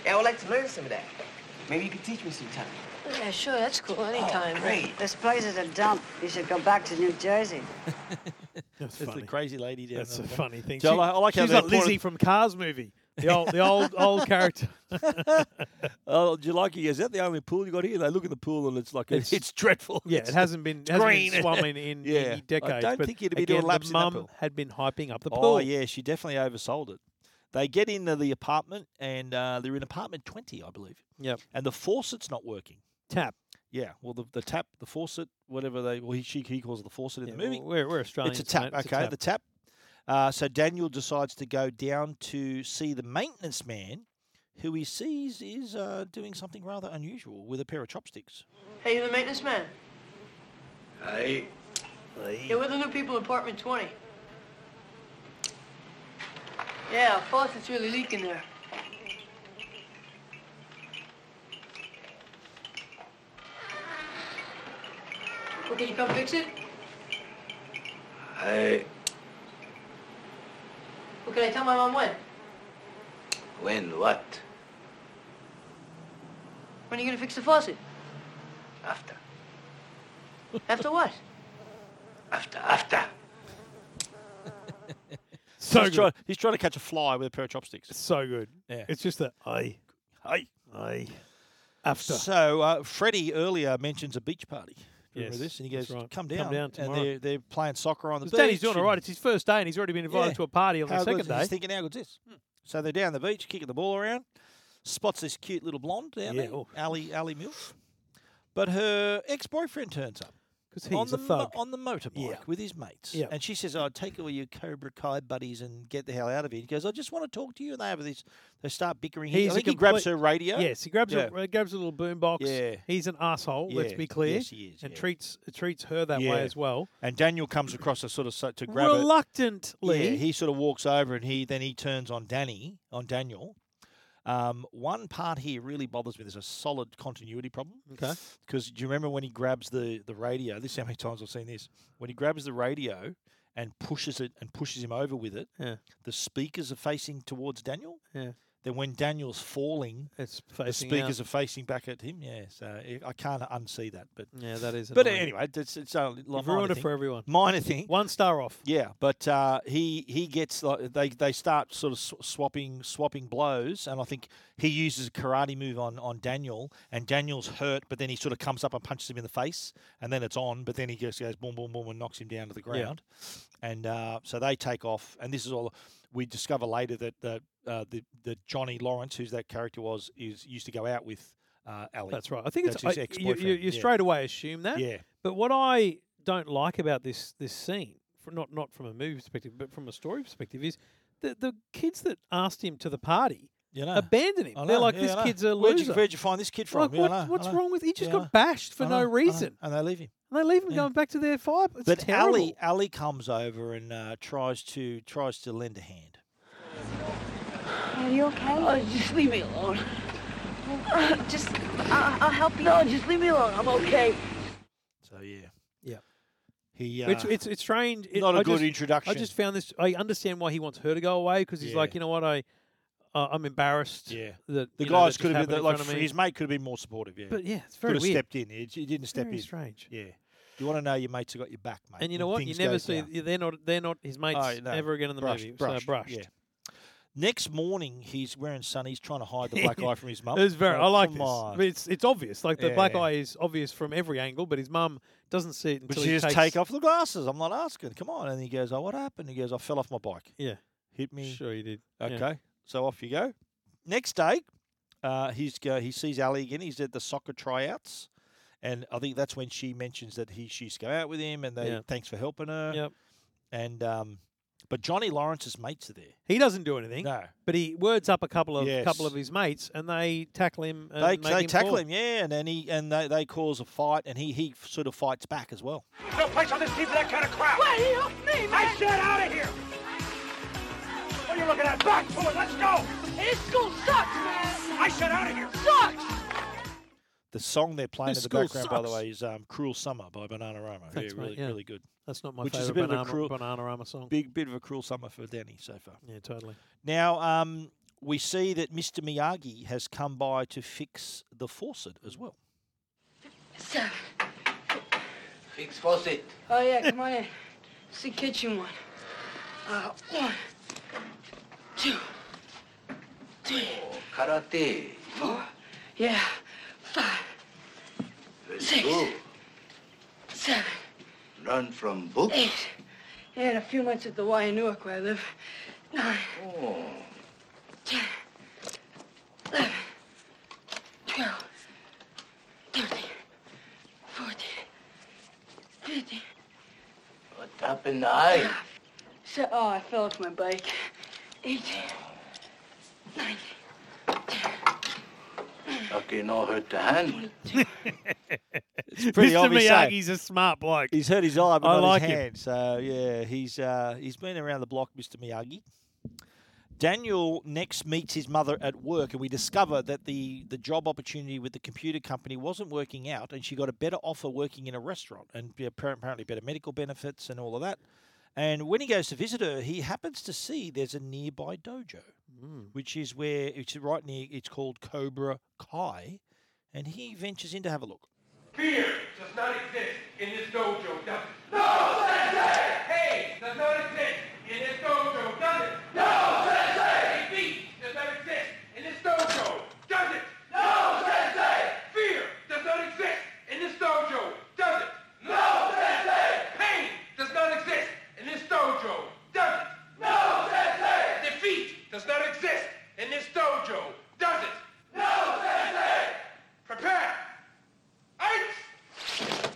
[SPEAKER 2] Yeah, I would like to learn some of that. Maybe you could teach me sometime.
[SPEAKER 1] Yeah, sure, that's cool. Anytime.
[SPEAKER 2] Oh, great.
[SPEAKER 9] This place is a dump. You should go back to New Jersey.
[SPEAKER 7] That's
[SPEAKER 8] That's funny.
[SPEAKER 7] the crazy lady down
[SPEAKER 8] That's
[SPEAKER 7] there.
[SPEAKER 8] a funny thing.
[SPEAKER 7] So I like- I like how
[SPEAKER 8] she's
[SPEAKER 7] they
[SPEAKER 8] like
[SPEAKER 7] pointed-
[SPEAKER 8] Lizzie from Cars movie. The old, the old, old character.
[SPEAKER 7] Oh, do you like it? Is that the only pool you got here? They look at the pool and it's like it's,
[SPEAKER 8] It's-
[SPEAKER 7] it's dreadful.
[SPEAKER 8] Yeah, it
[SPEAKER 7] It's-
[SPEAKER 8] hasn't been, it hasn't
[SPEAKER 7] green.
[SPEAKER 8] been swum in, in
[SPEAKER 7] Yeah. I
[SPEAKER 8] any decades.
[SPEAKER 7] don't
[SPEAKER 8] but
[SPEAKER 7] think you'd be
[SPEAKER 8] again,
[SPEAKER 7] doing laps
[SPEAKER 8] the
[SPEAKER 7] in that
[SPEAKER 8] mum
[SPEAKER 7] pool.
[SPEAKER 8] had been hyping up the pool.
[SPEAKER 7] Oh yeah, she definitely oversold it. They get into the apartment and uh, they're in apartment twenty, I believe,
[SPEAKER 8] Yep.
[SPEAKER 7] and the faucet's not working.
[SPEAKER 8] Tap.
[SPEAKER 7] Yeah, well the, the tap, the faucet, whatever they well he she he calls it the faucet in
[SPEAKER 8] Yeah,
[SPEAKER 7] the movie.
[SPEAKER 8] well, We're, we're Australian.
[SPEAKER 7] it's a tap. okay, the tap. Uh, so Daniel decides to go down to see the maintenance man, who he sees is uh, doing something rather unusual with a pair of chopsticks.
[SPEAKER 1] Hey, you the maintenance man?
[SPEAKER 4] I.
[SPEAKER 1] Yeah, we're the new people in apartment 20. Yeah, our faucet's really leaking there. Well, can you come fix it?
[SPEAKER 4] I.
[SPEAKER 1] Well, can I tell my mom when?
[SPEAKER 2] When what?
[SPEAKER 1] When are you gonna fix the faucet?
[SPEAKER 2] After.
[SPEAKER 1] After what?
[SPEAKER 2] After, after.
[SPEAKER 8] So
[SPEAKER 7] he's,
[SPEAKER 8] good.
[SPEAKER 7] trying, he's trying to catch a fly with a pair of chopsticks.
[SPEAKER 8] so good.
[SPEAKER 7] Yeah.
[SPEAKER 8] It's just that I,
[SPEAKER 7] Hey.
[SPEAKER 8] I, after.
[SPEAKER 7] So uh, Freddie earlier mentions a beach party. Do you remember
[SPEAKER 8] Yes,
[SPEAKER 7] this? And he goes,
[SPEAKER 8] that's right.
[SPEAKER 7] "Come
[SPEAKER 8] Come
[SPEAKER 7] down."
[SPEAKER 8] down tomorrow.
[SPEAKER 7] and they're, they're playing soccer on the
[SPEAKER 8] His
[SPEAKER 7] beach.
[SPEAKER 8] daddy's doing all
[SPEAKER 7] and
[SPEAKER 8] right. It's his first day, and he's already been invited
[SPEAKER 7] Yeah.
[SPEAKER 8] to a party on
[SPEAKER 7] how
[SPEAKER 8] the
[SPEAKER 7] good's
[SPEAKER 8] second
[SPEAKER 7] it?
[SPEAKER 8] day.
[SPEAKER 7] He's thinking, "How good's this?" Hmm. So they're down the beach, kicking the ball around. Spots this cute little blonde down
[SPEAKER 8] Yeah,
[SPEAKER 7] there,
[SPEAKER 8] oh.
[SPEAKER 7] Ali Ali Mills. But her ex-boyfriend turns up.
[SPEAKER 8] because
[SPEAKER 7] on
[SPEAKER 8] he's
[SPEAKER 7] the
[SPEAKER 8] a
[SPEAKER 7] mo-
[SPEAKER 8] thug.
[SPEAKER 7] on the motorbike
[SPEAKER 8] Yeah.
[SPEAKER 7] with his mates.
[SPEAKER 8] Yeah.
[SPEAKER 7] And she says, "Oh, take all your Cobra Kai buddies and get the hell out of here." He goes, "I just want to talk to you." And they have this. They start bickering. He- I
[SPEAKER 8] He's a
[SPEAKER 7] think he grabs
[SPEAKER 8] complete-
[SPEAKER 7] her radio.
[SPEAKER 8] Yes, he grabs
[SPEAKER 7] Yeah.
[SPEAKER 8] a, grabs a little boombox.
[SPEAKER 7] Yeah.
[SPEAKER 8] he's an asshole. Let's
[SPEAKER 7] Yeah,
[SPEAKER 8] be clear.
[SPEAKER 7] yes, he is,
[SPEAKER 8] and
[SPEAKER 7] yeah.
[SPEAKER 8] treats treats her that
[SPEAKER 7] Yeah.
[SPEAKER 8] way as well.
[SPEAKER 7] And Daniel comes across a sort of so- to grab it.
[SPEAKER 8] Reluctantly,
[SPEAKER 7] Yeah, he sort of walks over and he then he turns on Danny on Daniel. Um, one part here really bothers me. There's a solid continuity problem.
[SPEAKER 8] Okay.
[SPEAKER 7] Because do you remember when he grabs the the radio? This is how many times I've seen this. When he grabs the radio and pushes it and pushes him over with it,
[SPEAKER 8] Yeah.
[SPEAKER 7] the speakers are facing towards Daniel.
[SPEAKER 8] Yeah.
[SPEAKER 7] Then when Daniel's falling,
[SPEAKER 8] it's
[SPEAKER 7] the
[SPEAKER 8] facing
[SPEAKER 7] speakers
[SPEAKER 8] out.
[SPEAKER 7] are facing back at him. Yeah. So eh, I- I can't unsee that. But
[SPEAKER 8] Yeah, that is.
[SPEAKER 7] but
[SPEAKER 8] annoying.
[SPEAKER 7] anyway, it's, it's a li-
[SPEAKER 8] You've
[SPEAKER 7] minor
[SPEAKER 8] ruined it
[SPEAKER 7] thing.
[SPEAKER 8] for everyone.
[SPEAKER 7] Minor thing.
[SPEAKER 8] One star off.
[SPEAKER 7] Yeah, but uh, he he gets like they they start sort of sw- swapping swapping blows, and I think he uses a karate move on on Daniel, and Daniel's hurt, but then he sort of comes up and punches him in the face, and then it's on, but then he just goes boom boom boom and knocks him down to the ground, and uh, so they take off, and this is all we discover later that that uh, the the Johnny Lawrence, who's that character was, is used to go out with uh, Ali.
[SPEAKER 8] That's right. I think
[SPEAKER 7] That's
[SPEAKER 8] it's
[SPEAKER 7] his
[SPEAKER 8] I- you, you,
[SPEAKER 7] ex-boyfriend,
[SPEAKER 8] you
[SPEAKER 7] yeah.
[SPEAKER 8] straight away assume that.
[SPEAKER 7] Yeah.
[SPEAKER 8] But what I don't like about this this scene, fr- not not from a movie perspective, but from a story perspective, is the the kids that asked him to the party
[SPEAKER 7] You know.
[SPEAKER 8] abandoned him.
[SPEAKER 7] I
[SPEAKER 8] They're
[SPEAKER 7] know,
[SPEAKER 8] like,
[SPEAKER 7] yeah,
[SPEAKER 8] this
[SPEAKER 7] I know.
[SPEAKER 8] kid's a
[SPEAKER 7] Where'd
[SPEAKER 8] loser.
[SPEAKER 7] you, where'd you find this kid from?
[SPEAKER 8] Like,
[SPEAKER 7] Yeah, I
[SPEAKER 8] what-
[SPEAKER 7] know, I
[SPEAKER 8] what's
[SPEAKER 7] know.
[SPEAKER 8] wrong with? He
[SPEAKER 7] Yeah,
[SPEAKER 8] just
[SPEAKER 7] I know.
[SPEAKER 8] got bashed for
[SPEAKER 7] I
[SPEAKER 8] no
[SPEAKER 7] know, I know.
[SPEAKER 8] reason,
[SPEAKER 7] Oh, and they leave him.
[SPEAKER 8] and they leave him
[SPEAKER 7] Yeah.
[SPEAKER 8] going back to their five. It's
[SPEAKER 7] But
[SPEAKER 8] terrible.
[SPEAKER 7] Ali, Ali comes over and uh, tries to tries to lend a hand.
[SPEAKER 9] Are you okay?
[SPEAKER 1] Oh, just leave me alone.
[SPEAKER 9] Just, I- I'll help you.
[SPEAKER 1] No, just leave me alone. I'm okay.
[SPEAKER 7] So yeah,
[SPEAKER 8] Yeah.
[SPEAKER 7] he. Uh,
[SPEAKER 8] Which it's it's strange. It,
[SPEAKER 7] not a
[SPEAKER 8] a
[SPEAKER 7] good introduction.
[SPEAKER 8] I just found this. I understand why he wants her to go away because he's
[SPEAKER 7] Yeah.
[SPEAKER 8] like, you know what, I, uh, I'm embarrassed.
[SPEAKER 7] Yeah.
[SPEAKER 8] that,
[SPEAKER 7] the
[SPEAKER 8] you know, that
[SPEAKER 7] guys
[SPEAKER 8] this
[SPEAKER 7] could have
[SPEAKER 8] happened
[SPEAKER 7] been
[SPEAKER 8] in
[SPEAKER 7] like
[SPEAKER 8] front of
[SPEAKER 7] fr-
[SPEAKER 8] me.
[SPEAKER 7] his mate could have been more supportive. Yeah,
[SPEAKER 8] But yeah, it's very
[SPEAKER 7] could have
[SPEAKER 8] weird.
[SPEAKER 7] stepped in. He, he didn't step
[SPEAKER 8] very
[SPEAKER 7] in.
[SPEAKER 8] strange.
[SPEAKER 7] Yeah, you want to know your mates have got your back, mate.
[SPEAKER 8] And you
[SPEAKER 7] when
[SPEAKER 8] know what? You
[SPEAKER 7] things
[SPEAKER 8] never
[SPEAKER 7] goes
[SPEAKER 8] see.
[SPEAKER 7] down.
[SPEAKER 8] They're not. They're not his mates
[SPEAKER 7] Oh, no.
[SPEAKER 8] ever again in the
[SPEAKER 7] Brushed,
[SPEAKER 8] movie.
[SPEAKER 7] brushed,
[SPEAKER 8] so brushed.
[SPEAKER 7] yeah. Next morning, he's wearing sunnies, trying to hide the black eye from his mum.
[SPEAKER 8] It's very.
[SPEAKER 7] Oh,
[SPEAKER 8] I like
[SPEAKER 7] come
[SPEAKER 8] this.
[SPEAKER 7] on.
[SPEAKER 8] But It's it's obvious. Like the
[SPEAKER 7] Yeah,
[SPEAKER 8] black
[SPEAKER 7] yeah.
[SPEAKER 8] eye is obvious from every angle, but his mum doesn't see it
[SPEAKER 7] But
[SPEAKER 8] until
[SPEAKER 7] she
[SPEAKER 8] he
[SPEAKER 7] just
[SPEAKER 8] takes,
[SPEAKER 7] take off the glasses. I'm not asking. Come on. And he goes, "Oh, what happened?" He goes, "I fell off my bike.
[SPEAKER 8] Yeah,
[SPEAKER 7] Hit me."
[SPEAKER 8] sure you did. Yeah.
[SPEAKER 7] Okay, so off you go. Next day, uh, he's go, he sees Ali again. He's at the soccer tryouts, and I think that's when she mentions that he she's go out with him, and they
[SPEAKER 8] Yeah.
[SPEAKER 7] thanks for helping her.
[SPEAKER 8] Yep.
[SPEAKER 7] And um, but Johnny Lawrence's mates are there.
[SPEAKER 8] He doesn't do anything.
[SPEAKER 7] No,
[SPEAKER 8] But he words up a couple of
[SPEAKER 7] Yes.
[SPEAKER 8] couple of his mates, and they tackle him. And
[SPEAKER 7] they
[SPEAKER 8] make
[SPEAKER 7] they
[SPEAKER 8] him
[SPEAKER 7] tackle
[SPEAKER 8] fall.
[SPEAKER 7] him, yeah, and then he and they, they cause a fight, and he he sort of fights back as well.
[SPEAKER 2] No place on this team for that kind of crowd. Wait, he hooked me, man. I said out of here. What are you looking at? Back to it. Let's go.
[SPEAKER 1] His school sucks, man.
[SPEAKER 2] I said out of here.
[SPEAKER 1] Sucks.
[SPEAKER 7] The song they're playing
[SPEAKER 8] This
[SPEAKER 7] in the
[SPEAKER 8] school
[SPEAKER 7] background, by the
[SPEAKER 8] sucks.
[SPEAKER 7] way, is um, "Cruel Summer" by Banana Rama.
[SPEAKER 8] Thanks,
[SPEAKER 7] yeah,
[SPEAKER 8] mate,
[SPEAKER 7] really,
[SPEAKER 8] yeah.
[SPEAKER 7] really good.
[SPEAKER 8] That's not my
[SPEAKER 7] Which is a
[SPEAKER 8] favorite
[SPEAKER 7] bit of a
[SPEAKER 8] banana,
[SPEAKER 7] cruel-
[SPEAKER 8] banana Rama song.
[SPEAKER 7] Big bit of a cruel summer for Danny so far.
[SPEAKER 8] yeah, totally.
[SPEAKER 7] Now, um, we see that Mr. Miyagi has come by to fix the faucet as well.
[SPEAKER 1] Sir.
[SPEAKER 4] Fix faucet.
[SPEAKER 1] Oh yeah, come on in. It's the kitchen one. Uh, one, two, three,
[SPEAKER 4] Oh, Karate.
[SPEAKER 1] four, yeah, five, six,
[SPEAKER 4] Go.
[SPEAKER 1] seven,
[SPEAKER 4] Learn from book.
[SPEAKER 1] eight. And a few months at the Y in Newark where I live. Nine,
[SPEAKER 4] Oh.
[SPEAKER 1] ten, eleven, twelve, thirteen, fourteen, fifteen.
[SPEAKER 4] What happened to eye?
[SPEAKER 1] So, oh, I fell off my bike. 18, 19,
[SPEAKER 4] Lucky no hurt the hand.
[SPEAKER 7] It's eh?
[SPEAKER 8] Mr. Miyagi's a smart bloke.
[SPEAKER 7] He's hurt his eye, but
[SPEAKER 8] I
[SPEAKER 7] not
[SPEAKER 8] like
[SPEAKER 7] his
[SPEAKER 8] him.
[SPEAKER 7] hand. So yeah, he's uh, he's been around the block, Mr. Miyagi. Daniel next meets his mother at work, and we discover that the the job opportunity with the computer company wasn't working out, and she got a better offer working in a restaurant, and be- appar- apparently better medical benefits and all of that. And when he goes to visit her, he happens to see there's a nearby dojo,
[SPEAKER 8] Hmm.
[SPEAKER 7] which is where it's right near. It's called Cobra Kai, and he ventures in to have a look.
[SPEAKER 2] Fear does not exist in this dojo, does it? No, sensei! Hate does not exist in this dojo, does it? No, sensei! Defeat does not exist in this dojo, does it? No, sensei! Fear does not exist in this dojo, does it? No, sensei! Pain does not exist in this dojo, does it? No, sensei! Defeat does not exist in this dojo, does it? No, sensei! Prepare! Eight!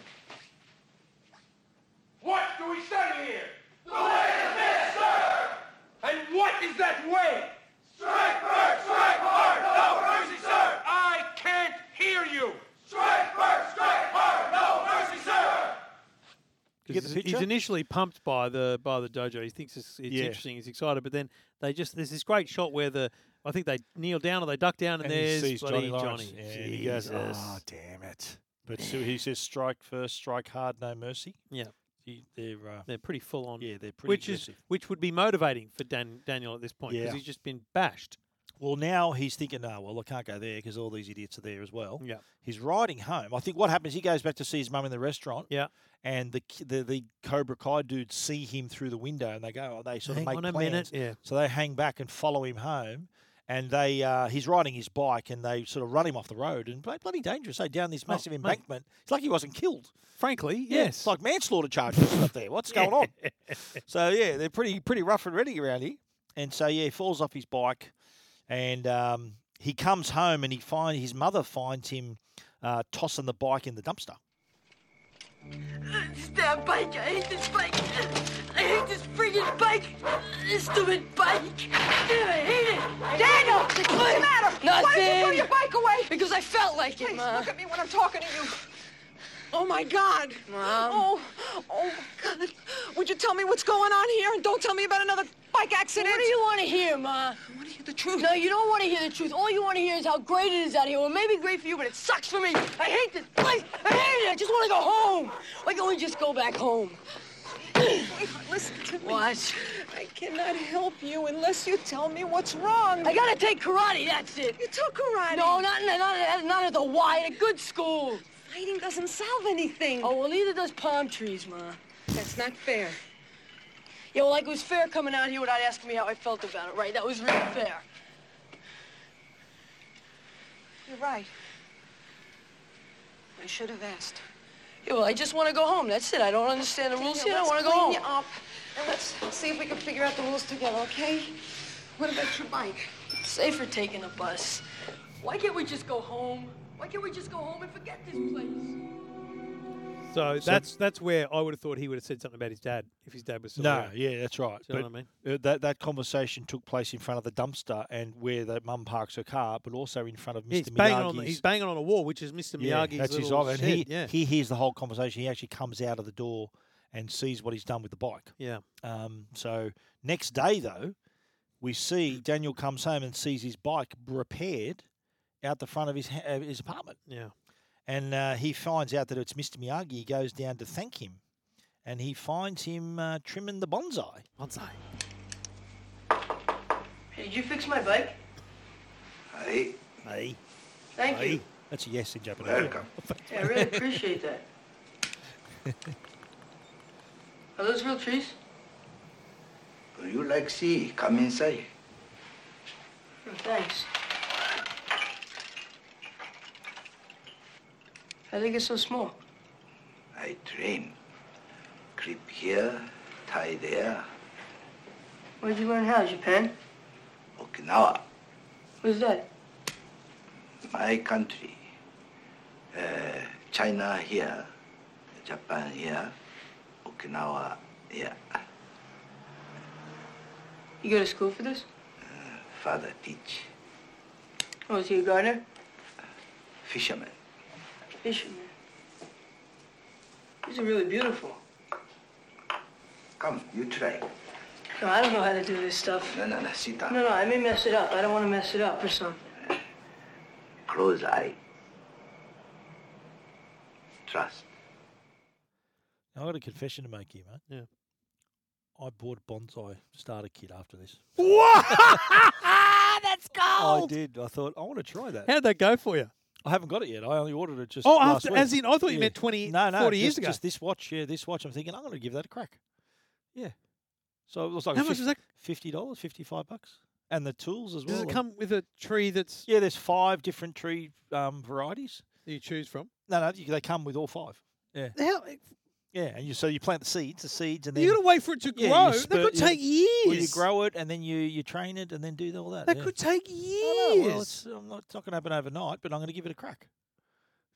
[SPEAKER 8] he's,
[SPEAKER 7] picture.
[SPEAKER 8] he's initially pumped by the by the dojo. He thinks it's, it's
[SPEAKER 7] Yeah.
[SPEAKER 8] interesting. He's excited, but then they just there's this great shot where the I think they kneel down or they duck down, and,
[SPEAKER 7] he
[SPEAKER 8] there's
[SPEAKER 7] sees
[SPEAKER 8] bloody
[SPEAKER 7] Lawrence,
[SPEAKER 8] Johnny.
[SPEAKER 7] and he goes,
[SPEAKER 8] Jesus.
[SPEAKER 7] "Oh, damn it!" But so he says, "Strike first, strike hard, no mercy."
[SPEAKER 8] Yeah.
[SPEAKER 7] He- they're uh,
[SPEAKER 8] they're pretty full on.
[SPEAKER 7] Yeah, they're pretty
[SPEAKER 8] which
[SPEAKER 7] aggressive.
[SPEAKER 8] is which would be motivating for Dan, Daniel at this point because
[SPEAKER 7] Yeah.
[SPEAKER 8] he's just been bashed.
[SPEAKER 7] Well, now he's thinking, oh, well, I can't go there because all these idiots are there as well.
[SPEAKER 8] Yeah.
[SPEAKER 7] He's riding home. I think what happens, he goes back to see his mum in the restaurant.
[SPEAKER 8] Yeah.
[SPEAKER 7] And the ki- the, the Cobra Kai dudes see him through the window and they go, oh, they sort
[SPEAKER 8] Hang
[SPEAKER 7] of make
[SPEAKER 8] on a minute,
[SPEAKER 7] plans.
[SPEAKER 8] yeah.
[SPEAKER 7] So they hang back and follow him home. And they, uh, he's riding his bike and they sort of run him off the road and blo- bloody dangerous. They down this massive
[SPEAKER 8] Oh, mate.
[SPEAKER 7] embankment. It's like he wasn't killed.
[SPEAKER 8] Frankly,
[SPEAKER 7] Yeah,
[SPEAKER 8] yes.
[SPEAKER 7] It's like manslaughter charges up there. What's going on? So yeah, they're pretty pretty rough and ready around here. And so yeah, he falls off his bike, and um, he comes home and he find his mother finds him uh, tossing the bike in the dumpster.
[SPEAKER 1] This damn bike. I hate this bike. I hate this friggin' bike. This stupid bike. I hate it.
[SPEAKER 9] Daniel, what's the matter? Why did you throw
[SPEAKER 1] Nothing.
[SPEAKER 9] your bike away?
[SPEAKER 1] Because I felt like it,
[SPEAKER 9] Please
[SPEAKER 1] Ma.
[SPEAKER 9] look at me when I'm talking to you.
[SPEAKER 1] Oh my God, Mom.
[SPEAKER 9] Oh, oh, God. Would you tell me what's going on here and don't tell me about another bike accident?
[SPEAKER 1] What do you want to hear, Ma?
[SPEAKER 9] I want to hear the truth.
[SPEAKER 1] No, you don't want to hear the truth. All you want to hear is how great it is out here. Well, it may be great for you, but it sucks for me. I hate this place. I hate it. I just want to go home. Why can't we just go back home?
[SPEAKER 9] Wait, listen to me.
[SPEAKER 1] What?
[SPEAKER 9] I cannot help you unless you tell me what's wrong.
[SPEAKER 1] I gotta take karate. That's it.
[SPEAKER 9] You took karate.
[SPEAKER 1] No, not in the, not, at- not at the Y. At a good school.
[SPEAKER 9] Fighting doesn't solve anything.
[SPEAKER 1] Oh well, neither does palm trees, Ma.
[SPEAKER 9] that's not fair.
[SPEAKER 1] Yeah, well, like it was fair coming out here without asking me how I felt about it, right? That was really fair.
[SPEAKER 9] You're right. I should have asked.
[SPEAKER 1] Yeah, well, I just want to go home. That's it. I don't understand the rules here. I want to go home.
[SPEAKER 9] Let's clean you up, and let's see if we can figure out the rules together, okay? What about your bike?
[SPEAKER 1] Safer taking a bus. Why can't we just go home? Why can't we just go home and forget this place?
[SPEAKER 8] so that's that's where I would have thought he would have said something about his dad if his dad was still around.
[SPEAKER 7] yeah, that's right.
[SPEAKER 8] Do you know what
[SPEAKER 7] I mean? that that conversation took place in front of the dumpster and where the mum parks her car, but also in front of Mr.
[SPEAKER 8] He's
[SPEAKER 7] Miyagi's.
[SPEAKER 8] banging, on the, he's banging on a wall, which is Mr.
[SPEAKER 7] Yeah,
[SPEAKER 8] Miyagi's
[SPEAKER 7] that's his
[SPEAKER 8] little
[SPEAKER 7] office.
[SPEAKER 8] shed.
[SPEAKER 7] And he,
[SPEAKER 8] yeah.
[SPEAKER 7] he hears the whole conversation. He actually comes out of the door and sees what he's done with the bike.
[SPEAKER 8] yeah.
[SPEAKER 7] Um, so next day, though, we see Daniel comes home and sees his bike repaired out the front of his ha- uh, his apartment,
[SPEAKER 8] Yeah.
[SPEAKER 7] and uh, he finds out that it's Mr. Miyagi. He goes down to thank him, and he finds him uh, trimming the bonsai.
[SPEAKER 8] Bonsai.
[SPEAKER 1] Hey, did you fix my bike?
[SPEAKER 4] Aye,
[SPEAKER 7] Hey,
[SPEAKER 1] Thank you.
[SPEAKER 7] that's a yes in Japanese.
[SPEAKER 4] welcome.
[SPEAKER 1] Yeah, I really appreciate that. Are those real trees?
[SPEAKER 4] Do you like sea? Come inside.
[SPEAKER 1] Oh, thanks. How they get so small?
[SPEAKER 4] I train. Creep here, tie there.
[SPEAKER 1] Where'd you learn how? Japan?
[SPEAKER 4] Okinawa,
[SPEAKER 1] Who's that?
[SPEAKER 4] my country. Uh, China here, Japan here, Okinawa here.
[SPEAKER 1] You go to school for this?
[SPEAKER 4] Uh, Father teach.
[SPEAKER 1] Oh, is he a gardener?
[SPEAKER 4] Fisherman.
[SPEAKER 1] Fisherman. These are really beautiful.
[SPEAKER 4] Come, you try.
[SPEAKER 1] No, I don't know how to do this stuff.
[SPEAKER 4] No, no, no, sit down.
[SPEAKER 1] No, no, I may mess it up. I don't want to mess it up or something.
[SPEAKER 4] Close eye. Trust.
[SPEAKER 7] Now, I got a confession to make you, mate.
[SPEAKER 8] Yeah.
[SPEAKER 7] I bought a bonsai starter kit after this.
[SPEAKER 9] That's
[SPEAKER 7] I did. I thought I want to try that.
[SPEAKER 8] How did that go for you?
[SPEAKER 7] I haven't got it yet. I only ordered it just.
[SPEAKER 8] Oh,
[SPEAKER 7] last
[SPEAKER 8] after-
[SPEAKER 7] week.
[SPEAKER 8] as in- I thought you meant 20
[SPEAKER 7] no, no,
[SPEAKER 8] 40 years
[SPEAKER 7] just-
[SPEAKER 8] ago.
[SPEAKER 7] Just this watch, yeah, this watch. I'm thinking I'm going to give that a crack. Yeah. So it was like
[SPEAKER 8] How
[SPEAKER 7] a
[SPEAKER 8] much
[SPEAKER 7] fif-
[SPEAKER 8] was that?
[SPEAKER 7] Fifty dollars, fifty-five bucks, and the tools as
[SPEAKER 8] Does
[SPEAKER 7] well.
[SPEAKER 8] it come with a tree that's
[SPEAKER 7] Yeah, there's five different tree um, varieties.
[SPEAKER 8] that you choose from?
[SPEAKER 7] No, no, you- they come with all five.
[SPEAKER 8] How,
[SPEAKER 7] Yeah, and you so you plant the seeds, the seeds, and then
[SPEAKER 8] you got to wait for it to grow.
[SPEAKER 7] yeah, you
[SPEAKER 8] that
[SPEAKER 7] spur-
[SPEAKER 8] could
[SPEAKER 7] you-
[SPEAKER 8] take years.
[SPEAKER 7] well, you grow it, and then you you train it, and then do all that.
[SPEAKER 8] That
[SPEAKER 7] yeah.
[SPEAKER 8] could take
[SPEAKER 7] I know, well,
[SPEAKER 8] years.
[SPEAKER 7] it's, I'm not, it's not going to happen overnight, but I'm going to give it a crack.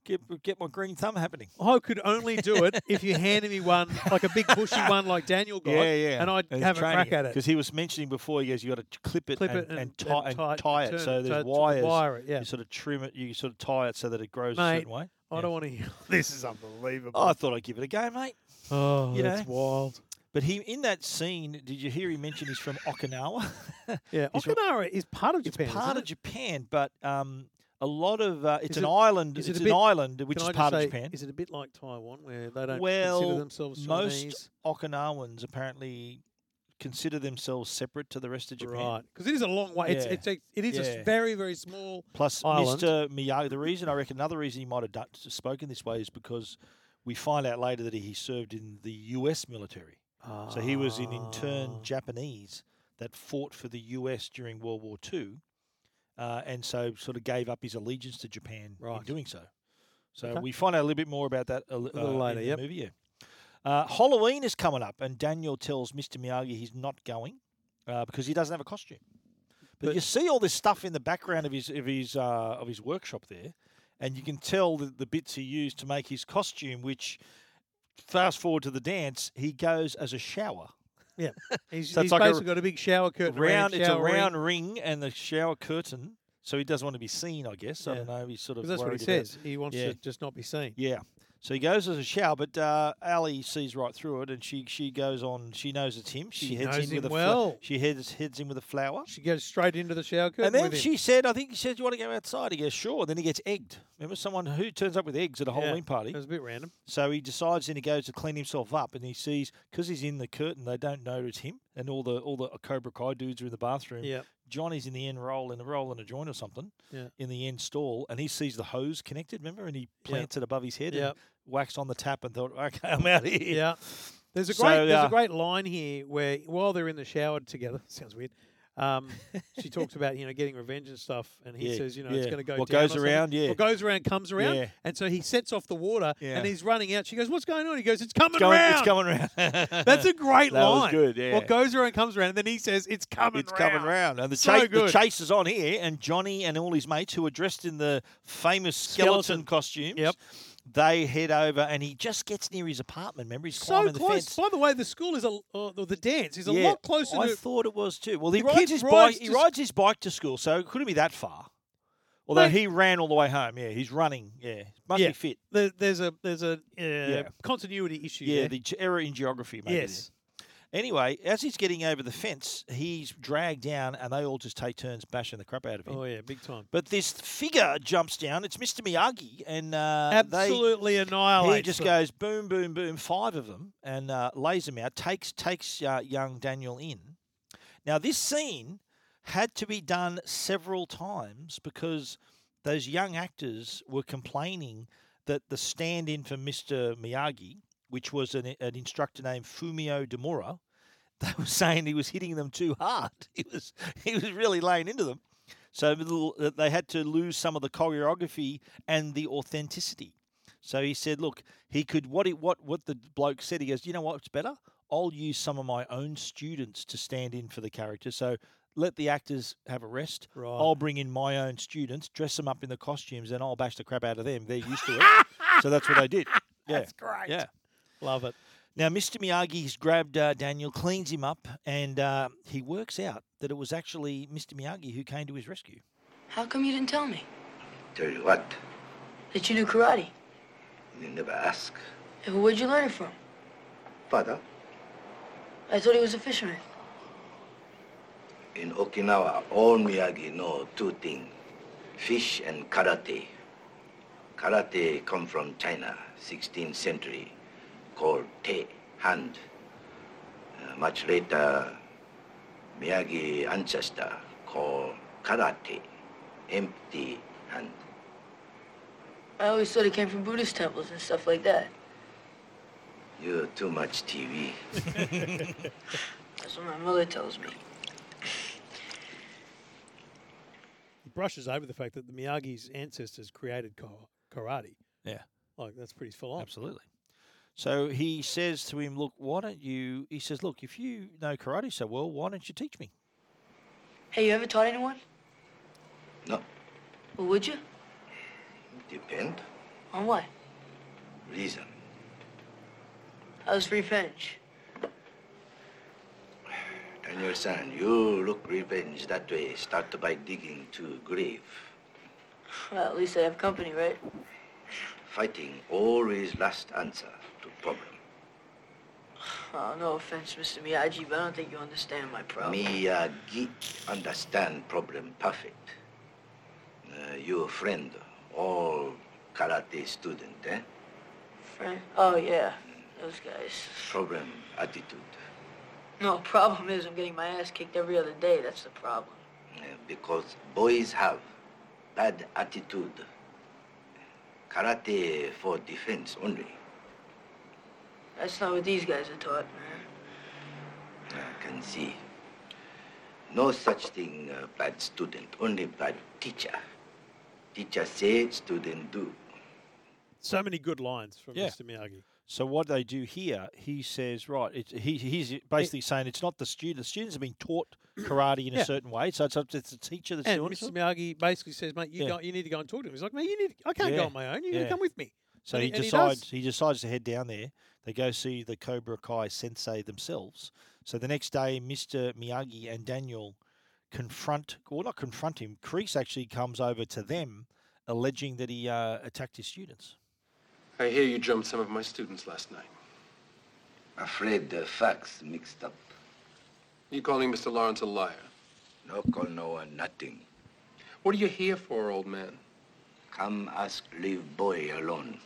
[SPEAKER 7] Get get my green thumb happening.
[SPEAKER 8] I could only do it if you handed me one, like a big bushy one, like Daniel got. And I'd have a crack at it.
[SPEAKER 7] Because he was mentioning before, he goes, you got to clip it,
[SPEAKER 8] Clip
[SPEAKER 7] and,
[SPEAKER 8] it
[SPEAKER 7] and,
[SPEAKER 8] and-
[SPEAKER 7] ti-
[SPEAKER 8] and
[SPEAKER 7] and
[SPEAKER 8] tie-
[SPEAKER 7] tie it.
[SPEAKER 8] turn
[SPEAKER 7] So
[SPEAKER 8] it,
[SPEAKER 7] there's
[SPEAKER 8] so to
[SPEAKER 7] wires.
[SPEAKER 8] wire it, yeah.
[SPEAKER 7] You sort of trim it, you sort of tie it so that it grows a
[SPEAKER 8] Mate,
[SPEAKER 7] certain way. Oh,
[SPEAKER 8] I
[SPEAKER 7] Yeah.
[SPEAKER 8] don't want to hear. This is unbelievable.
[SPEAKER 7] I thought I'd give it a go, mate.
[SPEAKER 8] Oh,
[SPEAKER 7] You
[SPEAKER 8] that's
[SPEAKER 7] know?
[SPEAKER 8] wild.
[SPEAKER 7] But he in that scene, did you hear he mention he's from Okinawa?
[SPEAKER 8] Yeah,
[SPEAKER 7] He's from-
[SPEAKER 8] Okinawa is part of Japan.
[SPEAKER 7] it's
[SPEAKER 8] isn't
[SPEAKER 7] part of
[SPEAKER 8] it?
[SPEAKER 7] Japan, but um, a lot of uh, it's
[SPEAKER 8] Is
[SPEAKER 7] an
[SPEAKER 8] it-
[SPEAKER 7] island.
[SPEAKER 8] is
[SPEAKER 7] It's
[SPEAKER 8] it a
[SPEAKER 7] an
[SPEAKER 8] bit-
[SPEAKER 7] island which
[SPEAKER 8] Can
[SPEAKER 7] is
[SPEAKER 8] I just
[SPEAKER 7] part of
[SPEAKER 8] say,
[SPEAKER 7] Japan.
[SPEAKER 8] Is it a bit like Taiwan, where they don't
[SPEAKER 7] well,
[SPEAKER 8] consider themselves Chinese?
[SPEAKER 7] most Okinawans apparently consider themselves separate to the rest of Japan.
[SPEAKER 8] Right, because it is a long way. It's,
[SPEAKER 7] Yeah.
[SPEAKER 8] it's a, it is a s-
[SPEAKER 7] Yeah.
[SPEAKER 8] very very small
[SPEAKER 7] Plus,
[SPEAKER 8] island.
[SPEAKER 7] Mr. Miyagi. The reason I reckon another reason he might have done, spoken this way is because we find out later that he served in the U.S. military. So he was an
[SPEAKER 8] Ah.
[SPEAKER 7] interned Japanese that fought for the U.S. during World War Two, uh, and so sort of gave up his allegiance to Japan in
[SPEAKER 8] Right.
[SPEAKER 7] doing so. So
[SPEAKER 8] Okay.
[SPEAKER 7] we find out a little bit more about that a, li-
[SPEAKER 8] A little
[SPEAKER 7] uh,
[SPEAKER 8] later,
[SPEAKER 7] in
[SPEAKER 8] yep.
[SPEAKER 7] the movie. Yeah. Uh, Halloween is coming up, and Daniel tells Mr. Miyagi he's not going uh, because he doesn't have a costume. But,
[SPEAKER 8] But-
[SPEAKER 7] you see all this stuff in the background of his of his uh, of his workshop there, and you can tell the, the bits he used to make his costume. Which, fast forward to the dance, he goes as a shower.
[SPEAKER 8] Yeah, he's,
[SPEAKER 7] So it's
[SPEAKER 8] he's
[SPEAKER 7] like a
[SPEAKER 8] basically got a big shower curtain.
[SPEAKER 7] round, it's a
[SPEAKER 8] shower ring.
[SPEAKER 7] round ring. and the shower curtain, so he doesn't want to be seen. I guess I
[SPEAKER 8] Yeah.
[SPEAKER 7] don't know. He's sort of
[SPEAKER 8] 'Cause that's what he
[SPEAKER 7] worried about-
[SPEAKER 8] says. He wants
[SPEAKER 7] Yeah.
[SPEAKER 8] to just not be seen.
[SPEAKER 7] Yeah. So he goes as a shower, but uh, Ali sees right through it, and she she goes on. She knows it's him. She,
[SPEAKER 8] She
[SPEAKER 7] heads
[SPEAKER 8] knows
[SPEAKER 7] in
[SPEAKER 8] him
[SPEAKER 7] with a fla-
[SPEAKER 8] well.
[SPEAKER 7] she heads heads in with a flower.
[SPEAKER 8] She goes straight into the shower curtain.
[SPEAKER 7] And then
[SPEAKER 8] with him.
[SPEAKER 7] she said, I think he said, "Do you want to go outside? He goes, sure. Then he gets egged. Remember someone who turns up with eggs at a
[SPEAKER 8] Yeah,
[SPEAKER 7] Halloween party?
[SPEAKER 8] It was a bit random.
[SPEAKER 7] So he decides then he goes to clean himself up and he sees, because he's in the curtain, they don't know it's him. And all the all the Cobra Kai dudes are in the bathroom.
[SPEAKER 8] Yeah.
[SPEAKER 7] Johnny's in the end roll in the roll in a joint or something
[SPEAKER 8] Yeah.
[SPEAKER 7] in the end stall and he sees the hose connected, remember? And he
[SPEAKER 8] Yeah.
[SPEAKER 7] plants it above his head
[SPEAKER 8] Yeah.
[SPEAKER 7] and waxed on the tap and thought, okay, I'm out of here.
[SPEAKER 8] Yeah. There's a
[SPEAKER 7] So,
[SPEAKER 8] great there's
[SPEAKER 7] uh,
[SPEAKER 8] a great line here where while they're in the shower together, sounds weird. Um, she talks about you know getting revenge and stuff, and he
[SPEAKER 7] Yeah,
[SPEAKER 8] says you know
[SPEAKER 7] yeah.
[SPEAKER 8] it's going to go.
[SPEAKER 7] What
[SPEAKER 8] down
[SPEAKER 7] goes
[SPEAKER 8] or something.
[SPEAKER 7] around, yeah.
[SPEAKER 8] What goes around comes around,
[SPEAKER 7] Yeah.
[SPEAKER 8] and so he sets off the water,
[SPEAKER 7] Yeah.
[SPEAKER 8] and he's running out. She goes, "What's going on?" He goes, "It's coming
[SPEAKER 7] It's going,
[SPEAKER 8] around."
[SPEAKER 7] it's coming around.
[SPEAKER 8] That's a great
[SPEAKER 7] That was
[SPEAKER 8] line.
[SPEAKER 7] good, yeah.
[SPEAKER 8] What goes around comes around, and then he says, "It's coming.
[SPEAKER 7] It's coming round, and the,
[SPEAKER 8] So
[SPEAKER 7] chase, the
[SPEAKER 8] good.
[SPEAKER 7] chase is on here. And Johnny and all his mates, who are dressed in the famous skeleton,
[SPEAKER 8] Skeleton.
[SPEAKER 7] costumes,
[SPEAKER 8] Yep.
[SPEAKER 7] they head over, and he just gets near his apartment. Remember, he's
[SPEAKER 8] So
[SPEAKER 7] climbing the
[SPEAKER 8] close.
[SPEAKER 7] fence.
[SPEAKER 8] By the way, the school is a uh, or the dance is a
[SPEAKER 7] Yeah,
[SPEAKER 8] lot closer
[SPEAKER 7] I
[SPEAKER 8] to
[SPEAKER 7] thought it was too. Well, he
[SPEAKER 8] The
[SPEAKER 7] rides
[SPEAKER 8] kid
[SPEAKER 7] his
[SPEAKER 8] rides
[SPEAKER 7] bike. He
[SPEAKER 8] to-
[SPEAKER 7] rides his bike to school, so it couldn't be that far. Although
[SPEAKER 8] Mate.
[SPEAKER 7] he ran all the way home. Yeah, he's running. Yeah, must
[SPEAKER 8] yeah.
[SPEAKER 7] be fit.
[SPEAKER 8] There, there's a there's a uh,
[SPEAKER 7] Yeah.
[SPEAKER 8] continuity issue.
[SPEAKER 7] Yeah,
[SPEAKER 8] there.
[SPEAKER 7] the ge- error in geography. Maybe there.
[SPEAKER 8] yes.
[SPEAKER 7] Anyway, as he's getting over the fence, he's dragged down, and they all just take turns bashing the crap out of him.
[SPEAKER 8] Oh yeah, big time.
[SPEAKER 7] But this figure jumps down. It's Mr. Miyagi, and uh,
[SPEAKER 8] absolutely
[SPEAKER 7] They,
[SPEAKER 8] annihilates.
[SPEAKER 7] he just
[SPEAKER 8] them.
[SPEAKER 7] goes boom, boom, boom, five of them, and uh, lays them out. Takes takes uh, young Daniel in. Now this scene had to be done several times because those young actors were complaining that the stand-in for Mr. Miyagi, which was an, an instructor named Fumio Demura, they were saying he was hitting them too hard. He was he was really laying into them. So the little- that they had to lose some of the choreography and the authenticity. So he said, "Look, he could what he, what what the bloke said. He goes, you know what's better? I'll use some of my own students to stand in for the character. So let the actors have a rest.
[SPEAKER 8] Right.
[SPEAKER 7] I'll bring in my own students, dress them up in the costumes, and I'll bash the crap out of them. They're used to it. so that's what they did. Yeah. That's great. Yeah.
[SPEAKER 8] Love it.
[SPEAKER 7] Now, Mr. Miyagi's grabbed uh, Daniel, cleans him up, and uh, he works out that it was actually Mr. Miyagi who came to his rescue.
[SPEAKER 1] How come you didn't tell me
[SPEAKER 4] Tell you what,
[SPEAKER 1] that you do karate?
[SPEAKER 4] they never ask.
[SPEAKER 1] Yeah, but Where'd you learn it from?
[SPEAKER 4] Father,
[SPEAKER 1] I thought he was a fisherman.
[SPEAKER 4] in Okinawa, all Miyagi know two things, fish and karate. Karate come from China, 16th century, called te, hand. Uh, much later, Miyagi ancestor called karate, empty hand.
[SPEAKER 1] I always thought it came from Buddhist temples and stuff like that.
[SPEAKER 4] You're too much TV.
[SPEAKER 1] That's what my mother tells me.
[SPEAKER 8] He brushes over the fact that the Miyagi's ancestors created ka- karate.
[SPEAKER 7] Yeah,
[SPEAKER 8] Like that's pretty full on.
[SPEAKER 7] absolutely. So he says to him, Look, why don't you? He says, Look, if you know karate so well, why don't you teach me?
[SPEAKER 1] Hey, you ever taught anyone?
[SPEAKER 4] No,
[SPEAKER 1] Well, would you?
[SPEAKER 4] depend,
[SPEAKER 1] On what?
[SPEAKER 4] reason.
[SPEAKER 1] How's revenge?
[SPEAKER 4] Daniel san, you look revenge that way. Start by digging to grave.
[SPEAKER 1] Well, at least I have company, right?
[SPEAKER 4] Fighting always last answer to problem.
[SPEAKER 10] Oh, no offense, Mr. Miyagi, but I don't think you understand my problem.
[SPEAKER 1] Miyagi understand problem perfect. Uh, your friend, all karate student, eh?
[SPEAKER 10] Friend? Oh, yeah. Those guys.
[SPEAKER 1] Problem attitude.
[SPEAKER 10] No, problem is I'm getting my ass kicked every other day. That's the problem.
[SPEAKER 1] uh, because boys have bad attitude. Karate for defense only.
[SPEAKER 10] That's not what these guys are taught, man.
[SPEAKER 1] I can see. No such thing, uh, bad student, only bad teacher. Teacher say, student do.
[SPEAKER 8] So many good lines from
[SPEAKER 7] Yeah.
[SPEAKER 8] Mr. Miyagi.
[SPEAKER 7] So what they do here, he says, right, it's, he, he's basically saying it's not the student. The students have been taught karate in a
[SPEAKER 8] Yeah.
[SPEAKER 7] certain way, so it's up to it's the teacher that's
[SPEAKER 8] And
[SPEAKER 7] doing
[SPEAKER 8] Mr.
[SPEAKER 7] it.
[SPEAKER 8] Miyagi basically says, "Mate, you
[SPEAKER 7] Yeah.
[SPEAKER 8] go, you need to go and talk to him." He's like, "Mate, you need. I can't
[SPEAKER 7] Yeah.
[SPEAKER 8] go on my own. You got to
[SPEAKER 7] Yeah.
[SPEAKER 8] come with me."
[SPEAKER 7] So
[SPEAKER 8] And
[SPEAKER 7] he
[SPEAKER 8] and
[SPEAKER 7] decides
[SPEAKER 8] does.
[SPEAKER 7] he, decides to head down there. They go see the Cobra Kai sensei themselves. So the next day, Mr. Miyagi and Daniel confront, well, not confront him. Kreese actually comes over to them, alleging that he uh, attacked his students.
[SPEAKER 4] I hear you jumped some of my students last night.
[SPEAKER 1] Afraid the facts mixed up.
[SPEAKER 4] You calling Mr. Lawrence a liar?
[SPEAKER 1] No call, no one, nothing.
[SPEAKER 4] What are you here for, old man?
[SPEAKER 1] Come ask, leave boy alone.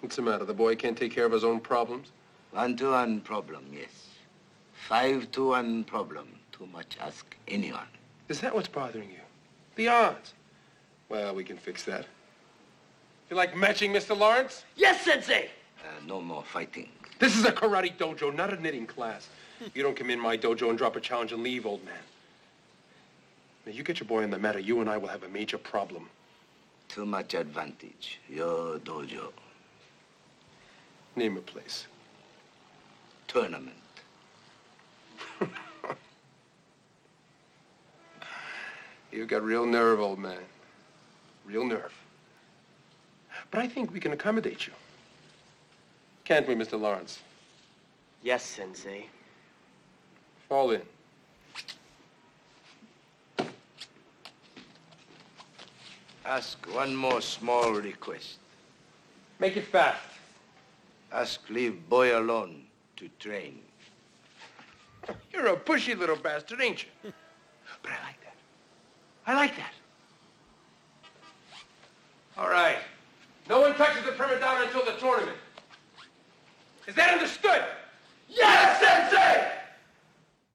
[SPEAKER 4] What's the matter? The boy can't take care of his own problems?
[SPEAKER 1] One to one problem, yes. Five to one problem. Too much ask anyone.
[SPEAKER 4] Is that what's bothering you? The odds. Well, we can fix that. You like matching, Mr. Lawrence?
[SPEAKER 10] Yes, Sensei!
[SPEAKER 1] Uh, no more fighting.
[SPEAKER 4] This is a karate dojo, not a knitting class. You don't come in my dojo and drop a challenge and leave, old man. Now, you get your boy in the matter, you and I will have a major problem.
[SPEAKER 1] Too much advantage. Your dojo.
[SPEAKER 4] Name a place.
[SPEAKER 1] Tournament.
[SPEAKER 4] You got real nerve, old man. Real nerve. But I think we can accommodate you. Can't we, Mr. Lawrence?
[SPEAKER 11] Yes, Sensei.
[SPEAKER 4] Fall in.
[SPEAKER 1] Ask one more small request.
[SPEAKER 4] Make it fast.
[SPEAKER 1] Ask leave boy alone to train.
[SPEAKER 4] You're a pushy little bastard, ain't you? but I like that. I like that. All right. No one touches the prima donna until the tournament. Is that understood? Yes, Sensei!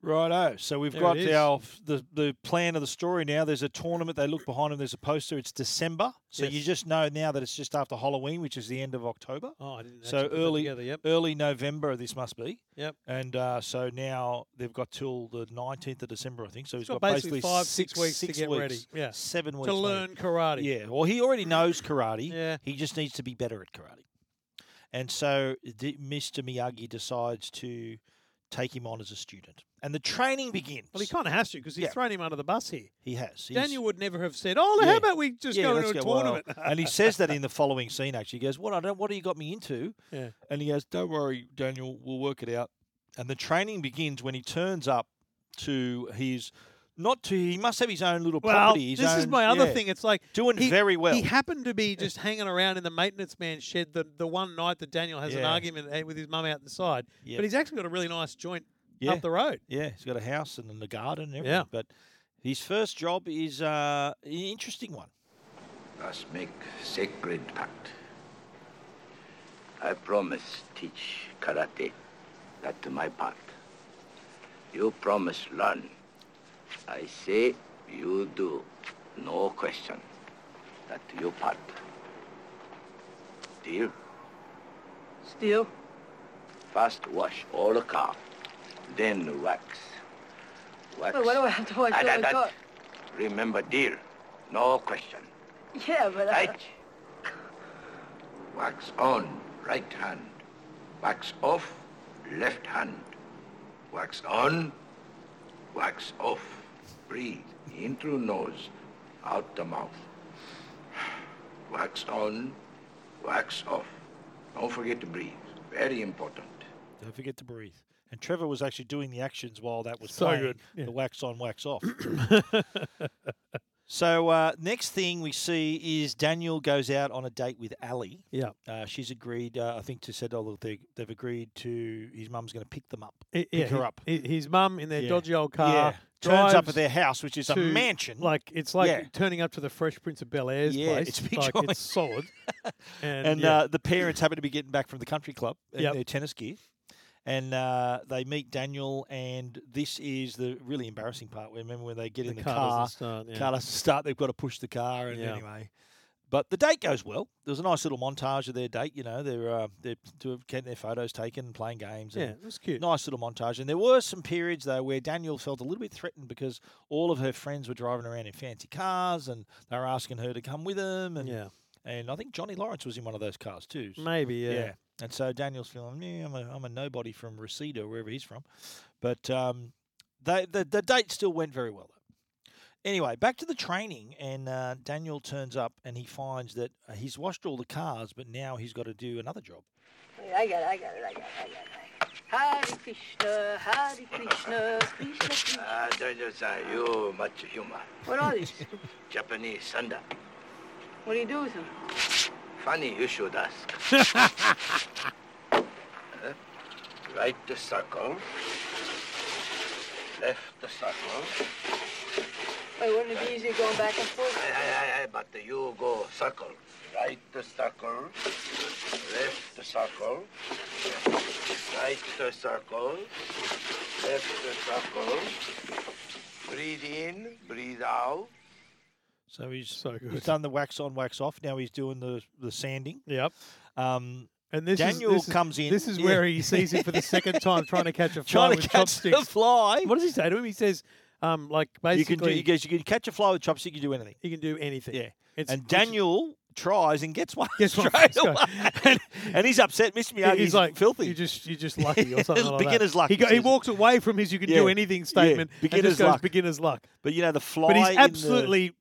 [SPEAKER 7] Righto. So we've
[SPEAKER 8] There
[SPEAKER 7] got
[SPEAKER 8] it is.
[SPEAKER 7] our the the plan of the story now. There's a tournament. They look behind them. There's a poster. It's December. So you
[SPEAKER 8] Yes.
[SPEAKER 7] just know now that it's just after Halloween, which is the end of October.
[SPEAKER 8] Oh, I didn't
[SPEAKER 7] So
[SPEAKER 8] actually put that
[SPEAKER 7] early,
[SPEAKER 8] together, yep.
[SPEAKER 7] early November. This must be.
[SPEAKER 8] Yep.
[SPEAKER 7] And uh, so now they've got till the 19th of December, I think. So he's
[SPEAKER 8] got
[SPEAKER 7] got,
[SPEAKER 8] basically five, six weeks to get ready. Yeah.
[SPEAKER 7] Seven
[SPEAKER 8] To
[SPEAKER 7] weeks maybe.
[SPEAKER 8] learn karate.
[SPEAKER 7] Yeah. Well, he already knows karate. yeah. He just needs to be better at karate. And so the, Mr. Miyagi decides to take him on as a student. And the training begins.
[SPEAKER 8] Well, he kind of has to because he's
[SPEAKER 7] Yeah.
[SPEAKER 8] thrown him under the bus here.
[SPEAKER 7] He has. He's-
[SPEAKER 8] Daniel would never have said, "Oh, how
[SPEAKER 7] Yeah.
[SPEAKER 8] about we just
[SPEAKER 7] Yeah,
[SPEAKER 8] go
[SPEAKER 7] let's
[SPEAKER 8] into a
[SPEAKER 7] well,
[SPEAKER 8] tournament?"
[SPEAKER 7] and he says that in the following scene, actually. He goes, What I don't what do you got me into?
[SPEAKER 8] Yeah.
[SPEAKER 7] And he goes, Don't worry, Daniel, we'll work it out. And the training begins when he turns up to his not to he must have his own little
[SPEAKER 8] Well,
[SPEAKER 7] property. his
[SPEAKER 8] this is
[SPEAKER 7] own-
[SPEAKER 8] my other
[SPEAKER 7] yeah.
[SPEAKER 8] thing. It's like
[SPEAKER 7] doing
[SPEAKER 8] he-
[SPEAKER 7] very well.
[SPEAKER 8] He happened to be just hanging around in the maintenance man shed the, the one night that Daniel has an
[SPEAKER 7] Yeah.
[SPEAKER 8] argument eh, with his mum out the side.
[SPEAKER 7] Yeah.
[SPEAKER 8] But he's actually got a really nice joint
[SPEAKER 7] yeah.
[SPEAKER 8] up the road.
[SPEAKER 7] Yeah, he's got a house and then a garden and everything.
[SPEAKER 8] Yeah.
[SPEAKER 7] But his first job is uh, an interesting one.
[SPEAKER 1] Us make sacred pact. I promise teach karate. That to my part. You promise learn. I say you do. No question. That to your part. Deal?
[SPEAKER 10] Steel?
[SPEAKER 1] First wash all the car. Then wax. Wax.
[SPEAKER 10] Wait, why do I have to watch
[SPEAKER 1] Ah,
[SPEAKER 10] all
[SPEAKER 1] that-
[SPEAKER 10] the
[SPEAKER 1] that-
[SPEAKER 10] car?
[SPEAKER 1] Remember deal. No question.
[SPEAKER 10] Yeah, but... Uh,
[SPEAKER 1] Right. Wax on, right hand. Wax off, left hand. Wax on, wax off. Breathe in through nose, out the mouth. Wax on, wax off. Don't forget to breathe. Very important.
[SPEAKER 7] Don't forget to breathe. And Trevor was actually doing the actions while that was
[SPEAKER 8] So
[SPEAKER 7] playing,
[SPEAKER 8] good, yeah.
[SPEAKER 7] The wax on, wax off. So uh, next thing we see is Daniel goes out on a date with Ali.
[SPEAKER 8] Yeah.
[SPEAKER 7] Uh, she's agreed, uh, I think, to settle. They, they've agreed to his mum's going to pick them up,
[SPEAKER 8] I-
[SPEAKER 7] pick
[SPEAKER 8] yeah,
[SPEAKER 7] her
[SPEAKER 8] hi-
[SPEAKER 7] up.
[SPEAKER 8] hi- His mum in their
[SPEAKER 7] Yeah.
[SPEAKER 8] dodgy old car.
[SPEAKER 7] Yeah. Turns up
[SPEAKER 8] drives
[SPEAKER 7] at their house, which is a
[SPEAKER 8] to-
[SPEAKER 7] mansion.
[SPEAKER 8] Like it's like
[SPEAKER 7] Yeah.
[SPEAKER 8] turning up to the Fresh Prince of Bel Air's
[SPEAKER 7] Yeah,
[SPEAKER 8] place.
[SPEAKER 7] it's a big
[SPEAKER 8] like,
[SPEAKER 7] joint.
[SPEAKER 8] it's solid. And,
[SPEAKER 7] And,
[SPEAKER 8] yeah.
[SPEAKER 7] uh, the parents happen to be getting back from the country club in
[SPEAKER 8] Yep.
[SPEAKER 7] their tennis gear. And uh, they meet Daniel, and this is the really embarrassing part. Remember when they get in the
[SPEAKER 8] car doesn't
[SPEAKER 7] car,
[SPEAKER 8] start, yeah.
[SPEAKER 7] car doesn't start. They've got to push the car, and
[SPEAKER 8] Yeah.
[SPEAKER 7] anyway. But the date goes well. There was a nice little montage of their date. You know, they're uh, they're to have getting their photos taken, playing games.
[SPEAKER 8] Yeah,
[SPEAKER 7] and
[SPEAKER 8] it was cute.
[SPEAKER 7] Nice little montage. And there were some periods though where Daniel felt a little bit threatened because all of her friends were driving around in fancy cars, and they were asking her to come with them. And
[SPEAKER 8] Yeah.
[SPEAKER 7] and I think Johnny Lawrence was in one of those cars too. So-
[SPEAKER 8] Maybe, yeah.
[SPEAKER 7] Yeah. And so Daniel's feeling, yeah, I'm a, I'm a nobody from Reseda, wherever he's from. But um, they, the, the date still went very well. Anyway, back to the training, and uh, Daniel turns up and he finds that uh, he's washed all the cars, but now he's got to do another job.
[SPEAKER 1] Wait, I got it, I got it, I got it, I got it. Hare Krishna, Hare Krishna, Krishna Krishna.
[SPEAKER 4] Ah, Daniel-san, you much humor.
[SPEAKER 1] What are these?
[SPEAKER 4] Japanese sanda.
[SPEAKER 1] What do you do with them?
[SPEAKER 4] Funny you should ask. Huh? right the circle. Left the circle.
[SPEAKER 1] Wait, wouldn't it be easier going back and forth?
[SPEAKER 4] Aye, aye, aye, aye, but you go circle. Right the circle. Left the circle. Right the circle. Left the circle. Breathe in, breathe out.
[SPEAKER 7] So he's
[SPEAKER 8] so good.
[SPEAKER 7] he's done the wax on, wax off. Now he's doing the the sanding.
[SPEAKER 8] Yep.
[SPEAKER 7] Um,
[SPEAKER 8] And this is-
[SPEAKER 7] Daniel
[SPEAKER 8] this is-
[SPEAKER 7] comes in.
[SPEAKER 8] This is
[SPEAKER 7] yeah.
[SPEAKER 8] where he sees him for the second time trying to catch a fly
[SPEAKER 7] Trying to
[SPEAKER 8] with
[SPEAKER 7] catch the
[SPEAKER 8] chopsticks.
[SPEAKER 7] fly.
[SPEAKER 8] What does he say to him? He says, um, like
[SPEAKER 7] you can do,
[SPEAKER 8] basically,
[SPEAKER 7] he goes, you can catch a fly with chopstick. You can do anything.
[SPEAKER 8] You can do anything.
[SPEAKER 7] Yeah.
[SPEAKER 8] It's-
[SPEAKER 7] and
[SPEAKER 8] which is-
[SPEAKER 7] Daniel tries and gets one
[SPEAKER 8] Gets one
[SPEAKER 7] straight
[SPEAKER 8] straight.
[SPEAKER 7] away. and, and he's upset. Mr. Miyagi,
[SPEAKER 8] he's
[SPEAKER 7] he's
[SPEAKER 8] like,
[SPEAKER 7] filthy.
[SPEAKER 8] You just, you're just lucky or something like that.
[SPEAKER 7] Beginner's luck,
[SPEAKER 8] He,
[SPEAKER 7] he
[SPEAKER 8] go, he
[SPEAKER 7] says it.
[SPEAKER 8] walks away from his "you can
[SPEAKER 7] Yeah.
[SPEAKER 8] do anything"
[SPEAKER 7] Yeah.
[SPEAKER 8] statement. and just
[SPEAKER 7] Beginner's
[SPEAKER 8] goes,
[SPEAKER 7] luck.
[SPEAKER 8] Beginner's luck.
[SPEAKER 7] But you know the fly.
[SPEAKER 8] But
[SPEAKER 7] in
[SPEAKER 8] he's
[SPEAKER 7] the-
[SPEAKER 8] absolutely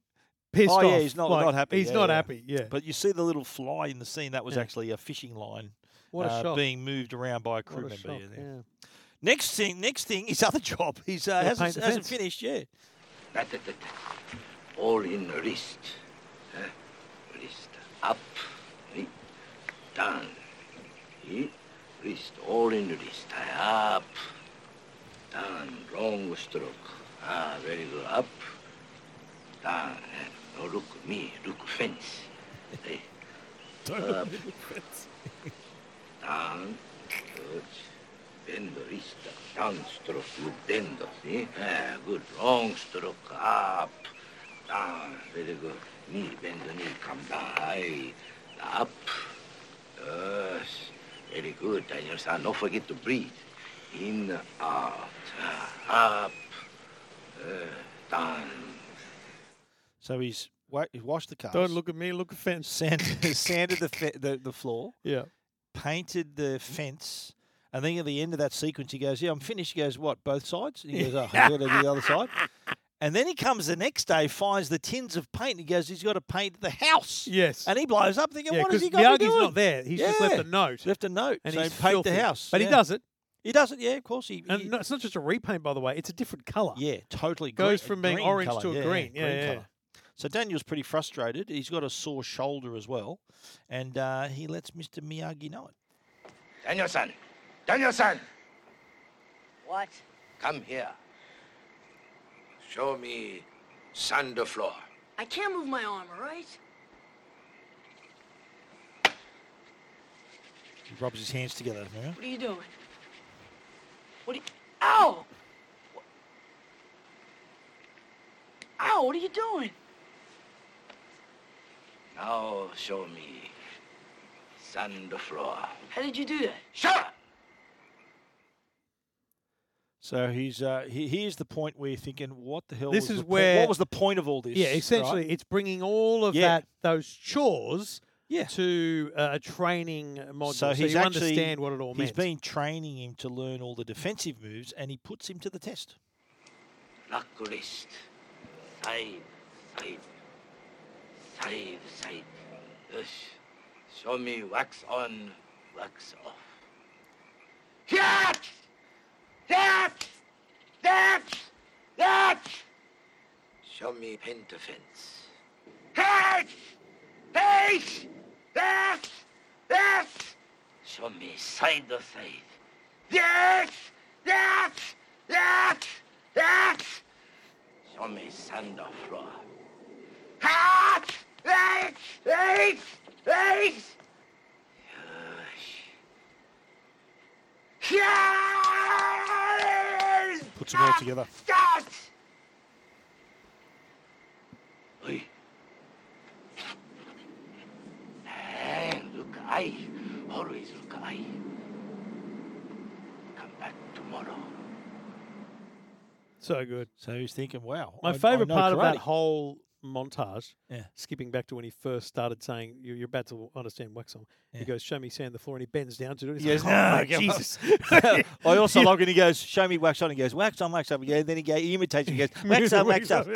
[SPEAKER 8] pissed
[SPEAKER 7] oh,
[SPEAKER 8] off.
[SPEAKER 7] yeah, he's not,
[SPEAKER 8] Like,
[SPEAKER 7] not happy.
[SPEAKER 8] He's
[SPEAKER 7] yeah,
[SPEAKER 8] not
[SPEAKER 7] yeah.
[SPEAKER 8] happy. Yeah.
[SPEAKER 7] But you see the little fly in the scene. That was
[SPEAKER 8] Yeah.
[SPEAKER 7] actually a fishing line.
[SPEAKER 8] What a
[SPEAKER 7] uh,
[SPEAKER 8] shock.
[SPEAKER 7] Being moved around by a crew
[SPEAKER 8] What a
[SPEAKER 7] member.
[SPEAKER 8] shock,
[SPEAKER 7] yeah, there. Next thing, next thing, his other job. He's uh,
[SPEAKER 4] Yeah, paint
[SPEAKER 7] hasn't,
[SPEAKER 4] the
[SPEAKER 7] hasn't
[SPEAKER 4] fence.
[SPEAKER 7] finished yet.
[SPEAKER 4] All in wrist. Huh? Wrist up. eh? Down. eh? Wrist all in wrist. Up. Down. Long stroke. Ah, very good. Up. Down. eh? No, look at me. Look fence. Eh? Up. Down. Good. Bend the wrist. Down stroke. You bend the see? Ah, good. Long stroke. Up. Down. Very good. Knee. Bend the knee. Come down. Aye. Up. Yes. Very good, Daniel-san. Don't forget to breathe. In, out. Ah, Up. Uh, down.
[SPEAKER 7] So he's, wa- he's washed the cars.
[SPEAKER 8] Don't look at me. Look at fence.
[SPEAKER 7] Sand, sanded the, fe- the the floor.
[SPEAKER 8] Yeah.
[SPEAKER 7] Painted the fence. And then at the end of that sequence, he goes, "Yeah, I'm finished." He goes, "What? Both sides?" And he goes, "Oh, I got to do the other side." And then he comes the next day, finds the tins of paint. And he goes, "He's got to paint the house."
[SPEAKER 8] Yes.
[SPEAKER 7] And he blows up, thinking,
[SPEAKER 8] Yeah,
[SPEAKER 7] "What has
[SPEAKER 8] 'cause
[SPEAKER 7] he got to
[SPEAKER 8] Miyagi's
[SPEAKER 7] do?"
[SPEAKER 8] not there. He's just left a note.
[SPEAKER 7] Left a note,
[SPEAKER 8] And
[SPEAKER 7] saying,
[SPEAKER 8] he's
[SPEAKER 7] "Paint
[SPEAKER 8] filthy.
[SPEAKER 7] the house."
[SPEAKER 8] But he
[SPEAKER 7] Yeah.
[SPEAKER 8] does it.
[SPEAKER 7] He does it. Yeah, of course he.
[SPEAKER 8] And
[SPEAKER 7] he-
[SPEAKER 8] no, it's not just a repaint, by the way. It's a different color.
[SPEAKER 7] Yeah, totally
[SPEAKER 8] Goes
[SPEAKER 7] green-
[SPEAKER 8] from being
[SPEAKER 7] green
[SPEAKER 8] orange
[SPEAKER 7] colour.
[SPEAKER 8] to a
[SPEAKER 7] Yeah,
[SPEAKER 8] green. Yeah, yeah.
[SPEAKER 7] colour. So Daniel's pretty frustrated. He's got a sore shoulder as well, and uh, he lets Mr. Miyagi know it.
[SPEAKER 4] Daniel-san. Daniel-san.
[SPEAKER 1] What?
[SPEAKER 4] Come here. Show me sand floor.
[SPEAKER 1] I can't move my arm, all right?
[SPEAKER 7] He rubs his hands together. Yeah?
[SPEAKER 1] What are you doing? What are you... Ow! Wha- Ow, Oh, what are you doing?
[SPEAKER 4] Now show me sand floor.
[SPEAKER 1] How did you do that?
[SPEAKER 4] Shut up!
[SPEAKER 7] So he's uh, he, here's the point where you're thinking, what the hell?
[SPEAKER 8] This
[SPEAKER 7] was
[SPEAKER 8] is
[SPEAKER 7] the po-
[SPEAKER 8] where-
[SPEAKER 7] what was the point of all this?
[SPEAKER 8] Yeah,
[SPEAKER 7] right?
[SPEAKER 8] essentially, it's bringing all of
[SPEAKER 7] Yeah.
[SPEAKER 8] that those chores
[SPEAKER 7] Yeah.
[SPEAKER 8] to uh, a training module, so,
[SPEAKER 7] he's
[SPEAKER 8] you
[SPEAKER 7] actually
[SPEAKER 8] understand what it all means.
[SPEAKER 7] He's been training him to learn all the defensive moves, and he puts him to the test.
[SPEAKER 4] Lock wrist. Side, side. Side, side. Yes. Show me wax on, wax off. Yes! Yes! Yes! Yes! Show army paint a fence. Hate! Hate! Yes! Yes! Show me side to side. Yes! Yes! Yes! Yes! Show me sand or floor. Hate! Hate! Hate! Hate! Yes! Yes!
[SPEAKER 7] Puts them all together.
[SPEAKER 4] Yes! Oi. Hey, Eh, look, I always look, I come back tomorrow.
[SPEAKER 8] So good.
[SPEAKER 7] So he's thinking, wow.
[SPEAKER 8] My
[SPEAKER 7] I- I
[SPEAKER 8] favorite
[SPEAKER 7] know
[SPEAKER 8] part of that
[SPEAKER 7] karate.
[SPEAKER 8] whole montage,
[SPEAKER 7] Yeah.
[SPEAKER 8] skipping back to when he first started saying, "You- "You're about to understand wax on." He
[SPEAKER 7] Yeah.
[SPEAKER 8] goes, "Show me sand the floor," and he bends down to do it.
[SPEAKER 7] He
[SPEAKER 8] He's
[SPEAKER 7] goes,
[SPEAKER 8] like,
[SPEAKER 7] "No, get-
[SPEAKER 8] "Oh, Jesus.
[SPEAKER 7] I also love when he goes, show me wax on. He goes, wax on, wax on. Yeah, then he, go, he imitates. He goes, wax on, wax on.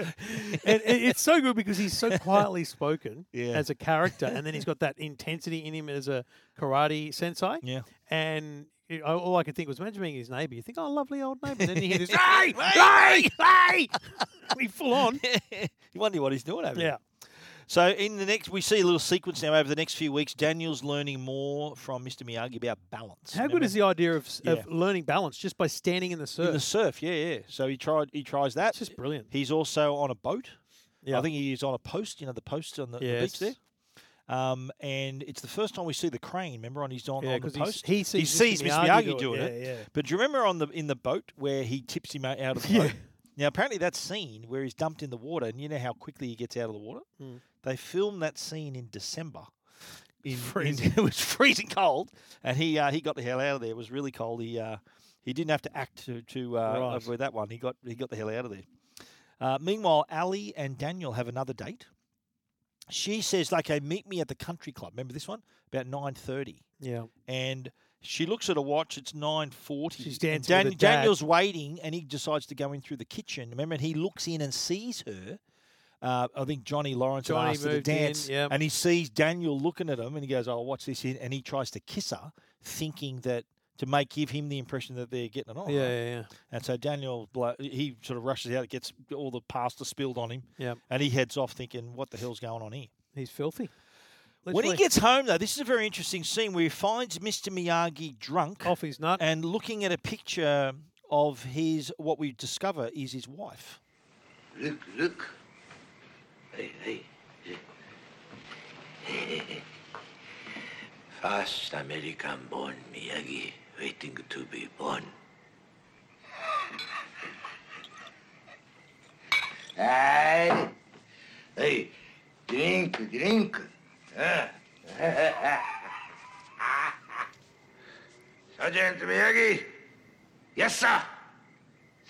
[SPEAKER 8] and it- it's so good because he's so quietly spoken
[SPEAKER 7] Yeah.
[SPEAKER 8] as a character, and then he's got that intensity in him as a karate sensei.
[SPEAKER 7] Yeah.
[SPEAKER 8] And it- I- all I could think was, imagine being his neighbour. You think, oh, lovely old neighbour. Then you hear this, hey,
[SPEAKER 7] Hey,
[SPEAKER 8] hey, hey, we full on.
[SPEAKER 7] you wonder what he's doing over
[SPEAKER 8] Yeah.
[SPEAKER 7] there. So in the next, we see a little sequence now over the next few weeks. Daniel's learning more from Mr. Miyagi about balance.
[SPEAKER 8] How good is the idea of, s-
[SPEAKER 7] Yeah.
[SPEAKER 8] of learning balance just by standing in the surf?
[SPEAKER 7] In the surf, yeah, yeah. So he tried. He tries that. It's
[SPEAKER 8] just brilliant.
[SPEAKER 7] He's also on a boat.
[SPEAKER 8] Yeah.
[SPEAKER 7] I think he is on a post. You know the post on the, the beach
[SPEAKER 8] Yes.
[SPEAKER 7] there. Um, and it's the first time we see the crane. Remember, on he's on,
[SPEAKER 8] Yeah,
[SPEAKER 7] on the
[SPEAKER 8] 'cause he's-
[SPEAKER 7] post.
[SPEAKER 8] he
[SPEAKER 7] he
[SPEAKER 8] sees
[SPEAKER 7] sees
[SPEAKER 8] Mr.
[SPEAKER 7] Mr. Miyagi
[SPEAKER 8] Miyagi do it,
[SPEAKER 7] doing it.
[SPEAKER 8] yeah, yeah.
[SPEAKER 7] But do you remember on the in the boat where he tips him out out of the boat? Now apparently that scene where he's dumped in the water, and you know how quickly he gets out of the water.
[SPEAKER 8] Mm.
[SPEAKER 7] They filmed that scene in December. In, in-
[SPEAKER 8] Freezing.
[SPEAKER 7] it was freezing cold, and he uh, he got the hell out of there. It was really cold. He uh, he didn't have to act to to uh,
[SPEAKER 8] Right.
[SPEAKER 7] over that one. He got he got the hell out of there. Uh, meanwhile, Ali and Daniel have another date. She says, "Okay, meet me at the country club." Remember this one about nine thirty,
[SPEAKER 8] Yeah.
[SPEAKER 7] and she looks at her watch. It's nine forty.
[SPEAKER 8] She's dancing with her dad.
[SPEAKER 7] Daniel's waiting, and he decides to go in through the kitchen. Remember, and he looks in and sees her. Uh, I think Johnny Lawrence had
[SPEAKER 8] Johnny
[SPEAKER 7] asked her to
[SPEAKER 8] moved in,
[SPEAKER 7] dance,
[SPEAKER 8] yep.
[SPEAKER 7] and he sees Daniel looking at him, and he goes, "Oh, what's this?" here?" And he tries to kiss her, thinking that to make give him the impression that they're getting it on.
[SPEAKER 8] Yeah,
[SPEAKER 7] right?
[SPEAKER 8] yeah, yeah.
[SPEAKER 7] And so Daniel, blo- he sort of rushes out, gets all the pasta spilled on him,
[SPEAKER 8] Yep.
[SPEAKER 7] and he heads off thinking, "What the hell's going on here?"
[SPEAKER 8] He's filthy.
[SPEAKER 7] When
[SPEAKER 8] Literally.
[SPEAKER 7] he gets home, though, this is a very interesting scene where he finds Mr. Miyagi drunk
[SPEAKER 8] off his nut
[SPEAKER 7] and looking at a picture of his what we discover is his wife.
[SPEAKER 4] Look, look. Hey, hey. First American born Miyagi waiting to be born. Hey, hey, drink, drink. Huh? Sergeant Miyagi? Yes, sir.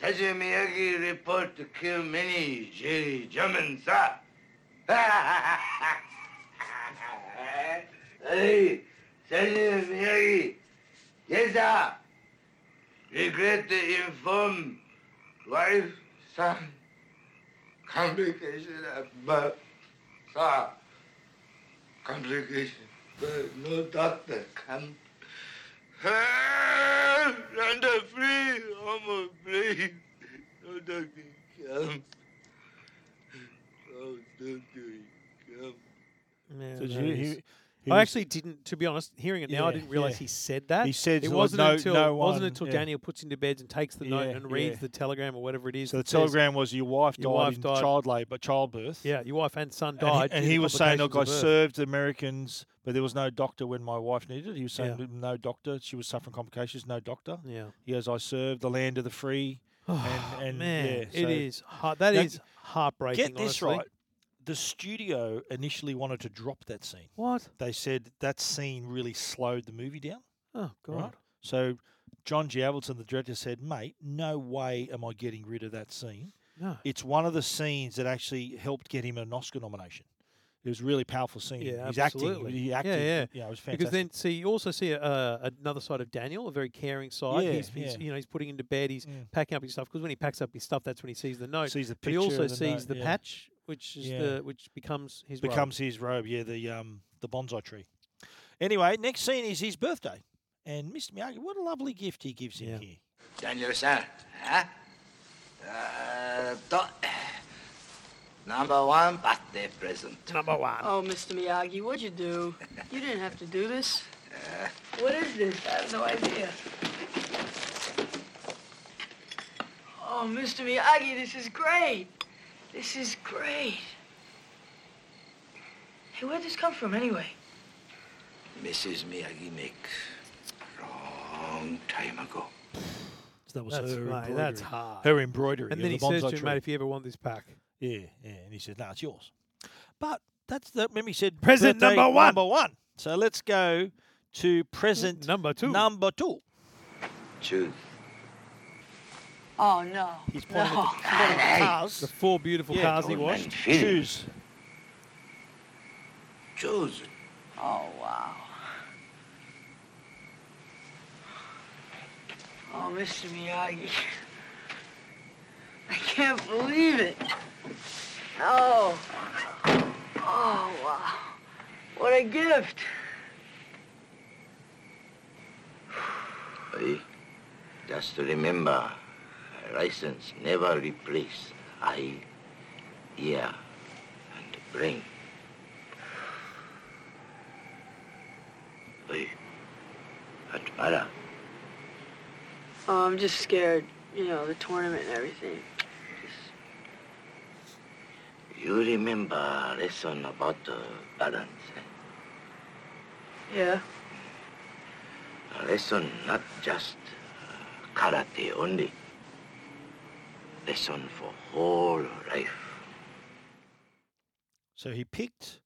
[SPEAKER 4] Sergeant Miyagi report to kill many Jerry German, sir. hey, Sergeant Miyagi. Yes, sir. Regret to inform wife, son, complication of birth, sir. Complication, but no doctor can Help! Render free! I'm a free! No doctor come. No doctor come.
[SPEAKER 8] Yeah,
[SPEAKER 7] So
[SPEAKER 8] no,
[SPEAKER 7] you-
[SPEAKER 8] he's-
[SPEAKER 7] he- he
[SPEAKER 8] I
[SPEAKER 7] was-
[SPEAKER 8] actually didn't, to be honest, hearing it now, I
[SPEAKER 7] Yeah,
[SPEAKER 8] didn't realize
[SPEAKER 7] yeah.
[SPEAKER 8] he said that.
[SPEAKER 7] He said
[SPEAKER 8] it
[SPEAKER 7] so,
[SPEAKER 8] wasn't
[SPEAKER 7] no-
[SPEAKER 8] until
[SPEAKER 7] no
[SPEAKER 8] wasn't
[SPEAKER 7] one,
[SPEAKER 8] until
[SPEAKER 7] yeah.
[SPEAKER 8] Daniel puts him to bed and takes the note
[SPEAKER 7] Yeah,
[SPEAKER 8] and reads
[SPEAKER 7] yeah.
[SPEAKER 8] the telegram or whatever it is.
[SPEAKER 7] So the
[SPEAKER 8] that says,
[SPEAKER 7] telegram was your wife died
[SPEAKER 8] "Your wife
[SPEAKER 7] in
[SPEAKER 8] died."
[SPEAKER 7] child labor, childbirth.
[SPEAKER 8] Yeah, your wife and son
[SPEAKER 7] And he-
[SPEAKER 8] died.
[SPEAKER 7] And
[SPEAKER 8] due
[SPEAKER 7] he,
[SPEAKER 8] to
[SPEAKER 7] was saying, look, I
[SPEAKER 8] complications of birth."
[SPEAKER 7] served Americans, but there was no doctor when my wife needed it. He was saying,
[SPEAKER 8] Yeah.
[SPEAKER 7] no doctor. She was suffering complications, no doctor.
[SPEAKER 8] Yeah. Oh,
[SPEAKER 7] He goes, I served the land of the free. and, and
[SPEAKER 8] Man,
[SPEAKER 7] yeah,
[SPEAKER 8] it
[SPEAKER 7] so-
[SPEAKER 8] is heart, that
[SPEAKER 7] Now,
[SPEAKER 8] is heartbreaking.
[SPEAKER 7] Get this
[SPEAKER 8] honestly.
[SPEAKER 7] right. The studio initially wanted to drop that scene.
[SPEAKER 8] What?
[SPEAKER 7] They said that scene really slowed the movie down.
[SPEAKER 8] Oh God.
[SPEAKER 7] Right? So John Giavaldson, the director, said, "Mate, no way am I getting rid of that scene.
[SPEAKER 8] No.
[SPEAKER 7] It's one of the scenes that actually helped get him an Oscar nomination. It was a really powerful scene.
[SPEAKER 8] Yeah,
[SPEAKER 7] He's
[SPEAKER 8] absolutely.
[SPEAKER 7] acting. He acted.
[SPEAKER 8] Yeah, yeah.
[SPEAKER 7] yeah. It was
[SPEAKER 8] Because
[SPEAKER 7] fantastic.
[SPEAKER 8] then, see, you also see uh, another side of Daniel, a very caring side.
[SPEAKER 7] Yeah,
[SPEAKER 8] he's, he's
[SPEAKER 7] yeah.
[SPEAKER 8] you know he's putting into bed, he's
[SPEAKER 7] Mm.
[SPEAKER 8] packing up his stuff. Because when he packs up his stuff, that's when he sees the note.
[SPEAKER 7] Sees the
[SPEAKER 8] but he
[SPEAKER 7] picture
[SPEAKER 8] also
[SPEAKER 7] and the note,
[SPEAKER 8] sees the
[SPEAKER 7] yeah.
[SPEAKER 8] patch, which is
[SPEAKER 7] Yeah.
[SPEAKER 8] the which becomes his role.
[SPEAKER 7] becomes his robe. Yeah, the um the bonsai tree. Anyway, next scene is his birthday, and Mr. Miyagi, what a lovely gift he gives him here.
[SPEAKER 4] eh? Daniel, sir. Huh? Uh, do- Number one birthday present.
[SPEAKER 8] Number one.
[SPEAKER 1] Oh, Mr. Miyagi, what'd you do? You didn't have to do this.
[SPEAKER 4] Uh,
[SPEAKER 1] What is this? I have no idea. Oh, Mr. Miyagi, this is great. This is great. Hey, where'd this come from anyway?
[SPEAKER 4] Mrs. Miyagi make long time ago.
[SPEAKER 7] So that was
[SPEAKER 8] That's
[SPEAKER 7] her
[SPEAKER 8] right,
[SPEAKER 7] embroidery.
[SPEAKER 8] that's hard.
[SPEAKER 7] Her embroidery. of
[SPEAKER 8] And then
[SPEAKER 7] the
[SPEAKER 8] he says
[SPEAKER 7] bonsai
[SPEAKER 8] to him,
[SPEAKER 7] tree.
[SPEAKER 8] mate, if you ever want this pack.
[SPEAKER 7] Yeah, yeah. And he said, no, it's yours. But that's the, remember he said
[SPEAKER 8] Present
[SPEAKER 7] birthday
[SPEAKER 8] number one.
[SPEAKER 7] Number one. So let's go to present
[SPEAKER 8] Mm, number two.
[SPEAKER 7] Number two.
[SPEAKER 4] Choose.
[SPEAKER 1] Oh, no.
[SPEAKER 8] He's
[SPEAKER 1] pointing
[SPEAKER 8] at the-
[SPEAKER 1] no.
[SPEAKER 8] Cars. The four beautiful
[SPEAKER 1] Yeah,
[SPEAKER 8] cars he
[SPEAKER 1] don't
[SPEAKER 8] washed.
[SPEAKER 1] mind
[SPEAKER 7] Choose.
[SPEAKER 4] Choose.
[SPEAKER 1] Oh, wow. Oh, Mr. Miyagi. I can't believe it. Oh. Oh, wow. What a gift.
[SPEAKER 4] I just remember, license never replace eye, ear, and brain. I admire.
[SPEAKER 1] Oh, I'm just scared. You know, the tournament and everything.
[SPEAKER 4] You remember lesson about uh, balance. eh?
[SPEAKER 1] Yeah.
[SPEAKER 4] A lesson not just uh, karate only. Lesson for whole life.
[SPEAKER 7] So he picked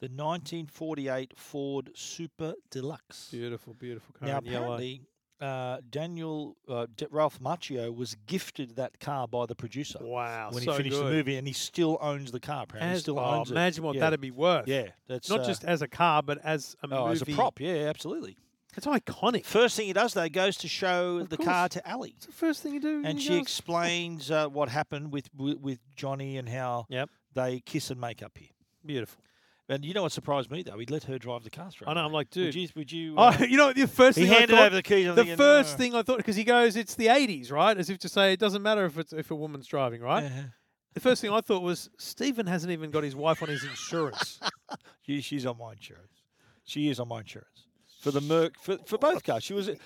[SPEAKER 7] the 1948 Ford Super Deluxe.
[SPEAKER 8] Beautiful, beautiful car
[SPEAKER 7] Now,
[SPEAKER 8] in yellow.
[SPEAKER 7] apparently, uh, Daniel uh, D- Ralph Macchio was gifted that car by the producer.
[SPEAKER 8] Wow,
[SPEAKER 7] When
[SPEAKER 8] so
[SPEAKER 7] he finished
[SPEAKER 8] good.
[SPEAKER 7] the movie, and he still owns the car. Apparently, he
[SPEAKER 8] As-
[SPEAKER 7] still
[SPEAKER 8] oh,
[SPEAKER 7] owns it.
[SPEAKER 8] imagine what
[SPEAKER 7] Yeah.
[SPEAKER 8] that'd be worth.
[SPEAKER 7] Yeah, that's
[SPEAKER 8] not
[SPEAKER 7] uh,
[SPEAKER 8] just as a car, but as a
[SPEAKER 7] oh,
[SPEAKER 8] movie.
[SPEAKER 7] as a prop. Yeah, absolutely.
[SPEAKER 8] It's iconic.
[SPEAKER 7] First thing he does though goes to show the car to Ali. It's
[SPEAKER 8] the first thing you do.
[SPEAKER 7] and
[SPEAKER 8] you
[SPEAKER 7] she
[SPEAKER 8] gotta-
[SPEAKER 7] explains uh, what happened with wi- with Johnny and how they kiss and make up here.
[SPEAKER 8] Beautiful.
[SPEAKER 7] And you know what surprised me though? He let her drive the car straight.
[SPEAKER 8] I know.
[SPEAKER 7] away.
[SPEAKER 8] I'm like, dude.
[SPEAKER 7] Would you? Would you,
[SPEAKER 8] Oh,
[SPEAKER 7] uh,
[SPEAKER 8] you know, the first
[SPEAKER 7] he
[SPEAKER 8] thing
[SPEAKER 7] handed
[SPEAKER 8] I uh, thought,
[SPEAKER 7] over the keys. I'm
[SPEAKER 8] the
[SPEAKER 7] thinking,
[SPEAKER 8] first
[SPEAKER 7] "Oh."
[SPEAKER 8] thing I thought, because he goes, "It's the '80s, right?" As if to say, it doesn't matter if it's if a woman's driving, right?
[SPEAKER 7] Yeah.
[SPEAKER 8] The first thing I thought was, Stephen hasn't even got his wife on his insurance.
[SPEAKER 7] She, she's on my insurance. She is on my insurance for the Merc for, for both cars. She was. I-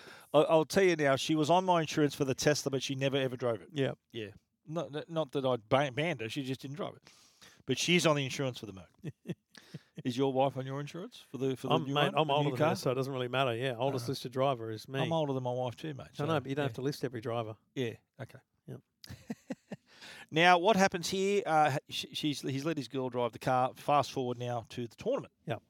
[SPEAKER 7] I'll tell you now. She was on my insurance for the Tesla, but she never ever drove it.
[SPEAKER 8] Yeah.
[SPEAKER 7] Yeah. Not that- not that I ban- banned her. She just didn't drive it. But she's on the insurance for the Merc. is your wife on your insurance for the for the
[SPEAKER 8] I'm,
[SPEAKER 7] new one,
[SPEAKER 8] mate,
[SPEAKER 7] the
[SPEAKER 8] I'm
[SPEAKER 7] new
[SPEAKER 8] older than
[SPEAKER 7] car?
[SPEAKER 8] her, so it doesn't really matter. Yeah, oldest
[SPEAKER 7] Uh-huh.
[SPEAKER 8] listed driver is me.
[SPEAKER 7] I'm older than my wife too, mate.
[SPEAKER 8] I know,
[SPEAKER 7] so,
[SPEAKER 8] but you don't
[SPEAKER 7] yeah.
[SPEAKER 8] have to list every driver.
[SPEAKER 7] Yeah. Okay.
[SPEAKER 8] Yep.
[SPEAKER 7] now, what happens here? Uh, h- sh- she's he's let his girl drive the car. Fast forward now to the tournament.
[SPEAKER 8] Yep.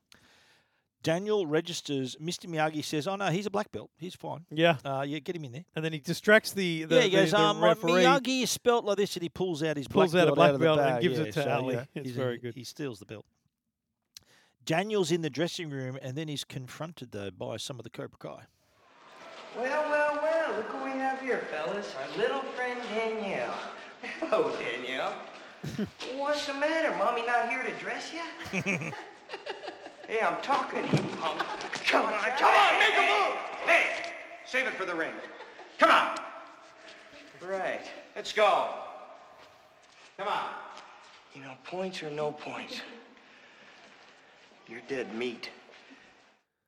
[SPEAKER 7] Daniel registers. Mr. Miyagi says, "Oh no, he's a black belt. He's fine.
[SPEAKER 8] Yeah.
[SPEAKER 7] Uh, yeah, get him in there."
[SPEAKER 8] And then he distracts the the,
[SPEAKER 7] yeah, he
[SPEAKER 8] the-
[SPEAKER 7] goes,
[SPEAKER 8] the
[SPEAKER 7] um, my
[SPEAKER 8] referee.
[SPEAKER 7] Miyagi is spelt like this, and he pulls out his
[SPEAKER 8] Pulls
[SPEAKER 7] black
[SPEAKER 8] out a
[SPEAKER 7] belt
[SPEAKER 8] black
[SPEAKER 7] of the
[SPEAKER 8] belt and
[SPEAKER 7] bag.
[SPEAKER 8] gives it
[SPEAKER 7] Yeah,
[SPEAKER 8] to
[SPEAKER 7] so,
[SPEAKER 8] Ali.
[SPEAKER 7] yeah,
[SPEAKER 8] It's
[SPEAKER 7] he's
[SPEAKER 8] very
[SPEAKER 7] in-
[SPEAKER 8] good.
[SPEAKER 7] He steals the belt. Daniel's in the dressing room, and then he's confronted though by some of the Cobra Kai.
[SPEAKER 12] Well, well, well, look what we have here, fellas. Our little friend Danielle. Hello, Danielle. What's the matter? Mommy not here to dress you? Hey, I'm talking to you, punk.
[SPEAKER 2] Come on, come on, make a move! Hey, save it for the ring. Come on!
[SPEAKER 12] Right, let's go. Come on. You know, points or no points, you're dead meat.